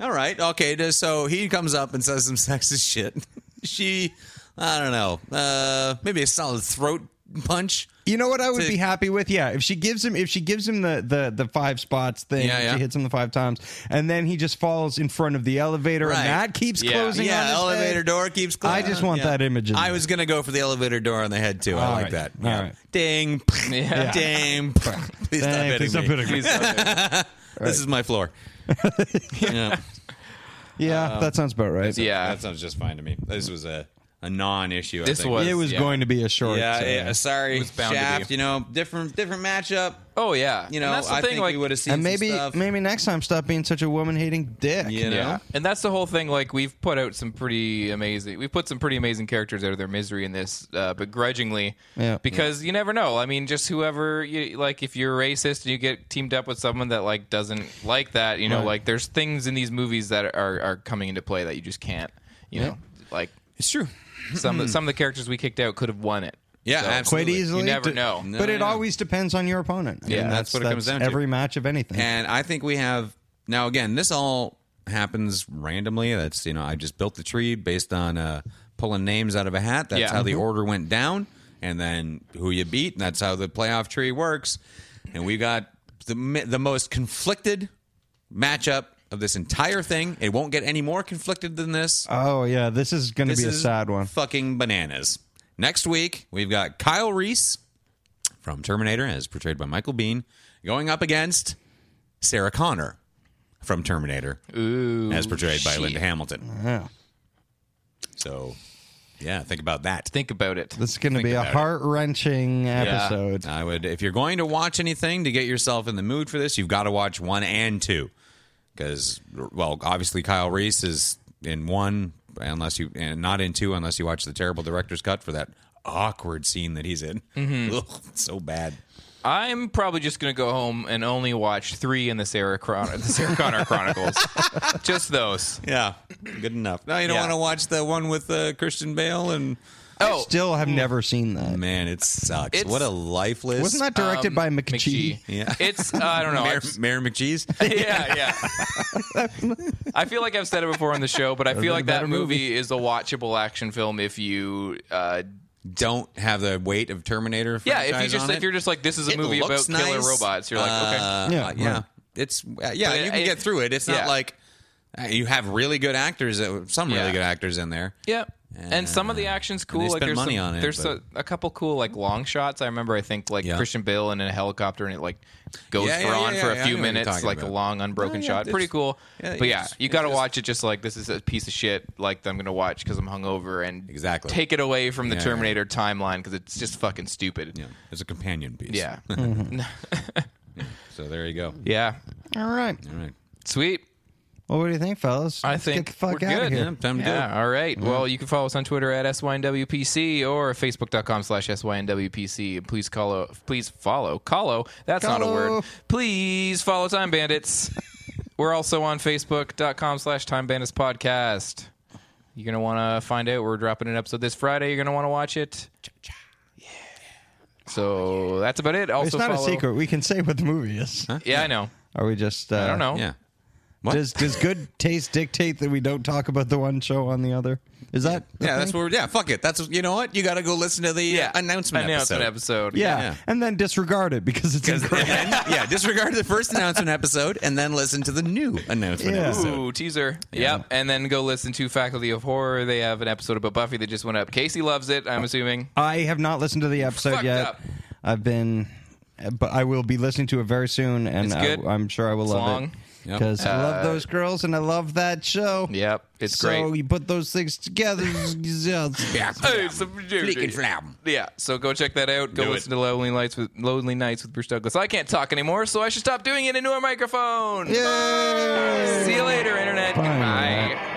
Speaker 6: All right. Okay. th- So he comes up and says some sexist shit. she, I don't know, uh, maybe a solid throat punch.
Speaker 5: You know what I would
Speaker 6: To-
Speaker 5: be happy with? Yeah, if she gives him if she gives him the the the five spots thing,
Speaker 6: Yeah, yeah.
Speaker 5: she hits him the five times, and then he just falls in front of the elevator,
Speaker 6: Right.
Speaker 5: and that keeps
Speaker 3: Yeah.
Speaker 5: closing. on
Speaker 6: Yeah,
Speaker 5: his
Speaker 6: elevator
Speaker 5: head.
Speaker 6: door keeps closing.
Speaker 5: I just want that image in
Speaker 6: I
Speaker 5: there.
Speaker 6: was gonna go for the elevator door on the head too. I
Speaker 5: All
Speaker 6: like
Speaker 5: right.
Speaker 6: that.
Speaker 5: All right.
Speaker 6: Ding,
Speaker 3: Yeah.
Speaker 6: ding. Please stop
Speaker 5: Dang,
Speaker 6: hitting
Speaker 5: please
Speaker 6: me.
Speaker 5: stop hitting me.
Speaker 6: This is my floor. yeah. um,
Speaker 5: Yeah, that sounds about right.
Speaker 3: Yeah.
Speaker 6: sounds just fine to me. This was a a non-issue.
Speaker 3: This
Speaker 6: I think.
Speaker 3: was-
Speaker 5: It was
Speaker 3: Yeah.
Speaker 5: going to be a short.
Speaker 6: Yeah,
Speaker 5: uh,
Speaker 6: yeah, sorry,
Speaker 3: was bound to
Speaker 6: Shaft.
Speaker 3: be.
Speaker 6: You know, different different matchup.
Speaker 3: Oh yeah,
Speaker 6: You
Speaker 3: And
Speaker 6: know,
Speaker 3: that's the
Speaker 6: I
Speaker 3: thing,
Speaker 6: think
Speaker 3: like
Speaker 6: we would have seen
Speaker 5: and
Speaker 6: some
Speaker 5: maybe
Speaker 6: stuff.
Speaker 5: maybe next time stop being such a woman hating dick.
Speaker 6: You know?
Speaker 3: Yeah. And that's the whole thing. Like we've put out some pretty amazing we've put some pretty amazing characters out of their misery in this, uh, begrudgingly.
Speaker 5: Yeah.
Speaker 3: Because you never know. I mean, just whoever you like if you're racist and you get teamed up with someone that like doesn't like that, you know,
Speaker 5: Right.
Speaker 3: like there's things in these movies that are, are coming into play that you just can't you know like
Speaker 6: It's true.
Speaker 3: some some of the characters we kicked out could have won it.
Speaker 6: Yeah,
Speaker 5: Quite
Speaker 6: absolutely.
Speaker 5: easily.
Speaker 3: never
Speaker 5: d-
Speaker 3: know.
Speaker 5: but
Speaker 6: No,
Speaker 5: it
Speaker 6: yeah.
Speaker 5: always depends on your opponent. I
Speaker 3: Yeah,
Speaker 5: mean,
Speaker 6: that's what it comes down to.
Speaker 5: Every match of anything.
Speaker 6: And I think we have now again, this all happens randomly. That's you know, I just built the tree based on uh pulling names out of a hat. That's
Speaker 3: Yeah.
Speaker 6: how the order went down and then who you beat, and that's how the playoff tree works. And we got the mi- the most conflicted matchup of this entire thing. It won't get any more conflicted than this.
Speaker 5: oh yeah, this is going to
Speaker 6: This
Speaker 5: be a
Speaker 6: is
Speaker 5: sad one.
Speaker 6: Fucking bananas. Next week we've got Kyle Reese from Terminator, as portrayed by Michael Bean, going up against Sarah Connor from Terminator, as portrayed by Linda Hamilton. So, yeah, think about that.
Speaker 3: Think about it.
Speaker 5: This is going to be a
Speaker 6: about it.
Speaker 5: heart wrenching
Speaker 6: Yeah.
Speaker 5: episode.
Speaker 6: I would, if you're going to watch anything to get yourself in the mood for this, you've got to watch one and two, because well, obviously Kyle Reese is in one, unless you and not in two, unless you watch the terrible director's cut for that awkward scene that he's in.
Speaker 3: Mm-hmm.
Speaker 6: Ugh, it's so bad.
Speaker 3: I'm probably just gonna go home and only watch three in the Sarah Chron- the Sarah Connor Chronicles. just those.
Speaker 6: Yeah, good enough. No, you don't
Speaker 3: Yeah.
Speaker 6: want to watch the one with uh, Christian Bale and
Speaker 3: Oh,
Speaker 5: Still have never seen that.
Speaker 6: man, it sucks.
Speaker 3: It's-
Speaker 6: what a lifeless.
Speaker 5: Wasn't that directed by McGee?
Speaker 3: um, McGee.
Speaker 6: Yeah.
Speaker 3: It's uh, I don't know.
Speaker 6: Mayor,
Speaker 3: I've-
Speaker 6: Mayor McGee's?
Speaker 3: yeah, yeah. I feel like I've said it before on the show, but I feel like that movie, is a watchable action film if you, uh,
Speaker 6: don't have the weight of Terminator.
Speaker 3: yeah, if you
Speaker 6: franchise
Speaker 3: just
Speaker 6: on
Speaker 3: if
Speaker 6: it.
Speaker 3: you're just like this is a
Speaker 6: It
Speaker 3: movie about
Speaker 6: looks
Speaker 3: killer
Speaker 6: nice.
Speaker 3: robots, you're like
Speaker 6: Uh,
Speaker 3: okay,
Speaker 5: Yeah,
Speaker 6: yeah, yeah.
Speaker 5: right.
Speaker 6: It's uh, yeah,
Speaker 3: But
Speaker 6: you can
Speaker 3: it-
Speaker 6: get through it. It's
Speaker 3: yeah.
Speaker 6: not like uh, you have really good actors, that- some really
Speaker 3: Yeah.
Speaker 6: good actors in there.
Speaker 3: yeah. And some of the action's cool. like
Speaker 6: spent
Speaker 3: there's
Speaker 6: money
Speaker 3: some,
Speaker 6: on it,
Speaker 3: There's
Speaker 6: but-
Speaker 3: a, a couple cool like long shots. I remember I think like
Speaker 6: Yeah.
Speaker 3: Christian Bale in a helicopter and it like goes
Speaker 6: Yeah, yeah,
Speaker 3: for
Speaker 6: yeah,
Speaker 3: on for
Speaker 6: yeah,
Speaker 3: a
Speaker 6: yeah,
Speaker 3: few
Speaker 6: I know what you're
Speaker 3: minutes,
Speaker 6: talking
Speaker 3: like a
Speaker 6: about.
Speaker 3: long unbroken
Speaker 6: Oh, yeah,
Speaker 3: shot. Pretty
Speaker 6: it's-
Speaker 3: cool.
Speaker 6: yeah,
Speaker 3: but
Speaker 6: it's-
Speaker 3: yeah, you
Speaker 6: it's
Speaker 3: got to
Speaker 6: just-
Speaker 3: watch it. Just like this is a piece of shit. Like that I'm gonna watch because I'm hungover and
Speaker 6: Exactly.
Speaker 3: take it away from the
Speaker 6: Yeah, yeah.
Speaker 3: Terminator timeline because it's just fucking stupid.
Speaker 6: Yeah, it's a companion piece.
Speaker 3: Yeah.
Speaker 6: So there you go.
Speaker 3: yeah.
Speaker 5: All right.
Speaker 6: All right.
Speaker 3: Sweet.
Speaker 5: Well, what do you think, fellas?
Speaker 3: I
Speaker 5: Let's
Speaker 3: think
Speaker 5: get the fuck
Speaker 3: we're
Speaker 5: out of
Speaker 3: good.
Speaker 5: here.
Speaker 6: Yeah, time to do it.
Speaker 3: Yeah. All right. Well, you can follow us on Twitter at SYNWPC or Facebook.com slash SYNWPC. And please call, please follow. Colo. That's not a
Speaker 5: Colo.
Speaker 3: word. Please follow Time Bandits. We're also on Facebook.com slash Time Bandits Podcast. You're going to want to find out. We're dropping an episode this Friday. You're going to want to watch it. Yeah. So that's about it. Also
Speaker 5: It's not
Speaker 3: follow-
Speaker 5: a secret. We can say what the movie is.
Speaker 3: Yeah, I know.
Speaker 5: Are we just? Uh,
Speaker 3: I don't know.
Speaker 6: Yeah.
Speaker 5: Does does good taste dictate that we don't talk about the one show on the other? Is that? the
Speaker 6: Yeah, that's
Speaker 5: thing?
Speaker 6: where. Yeah, fuck it. That's you know what you got to go listen to the
Speaker 3: Yeah.
Speaker 6: uh, announcement,
Speaker 3: Announcement
Speaker 6: episode.
Speaker 3: episode.
Speaker 5: Yeah.
Speaker 6: yeah.
Speaker 5: and then disregard it because it's
Speaker 6: And
Speaker 5: incorrect.
Speaker 6: then- yeah, disregard the first announcement episode and then listen to the new announcement
Speaker 5: Yeah.
Speaker 6: episode.
Speaker 3: Ooh, teaser. Yep. And then go listen to Faculty of Horror. They have an episode about Buffy that just went up. Casey loves it, I'm assuming.
Speaker 5: I have not listened to the episode
Speaker 3: Fucked
Speaker 5: yet.
Speaker 3: up.
Speaker 5: I've been, but I will be listening to it very soon, and
Speaker 3: It's
Speaker 5: I,
Speaker 3: good.
Speaker 5: I'm sure I will
Speaker 3: It's
Speaker 5: love
Speaker 3: long. Uh,
Speaker 5: it because I love those girls and I love that show.
Speaker 3: Yep. It's
Speaker 5: so
Speaker 3: great.
Speaker 5: you put those things together. yeah.
Speaker 3: Hey, it's a- Yeah, so go check that out. Go
Speaker 6: Do it.
Speaker 3: listen to Lonely Nights with Lonely Nights with Bruce Douglas. I can't talk anymore, so I should stop doing it into a microphone.
Speaker 5: Yay!
Speaker 3: See you later, internet.
Speaker 5: Fine,
Speaker 3: Goodbye.
Speaker 5: Matt.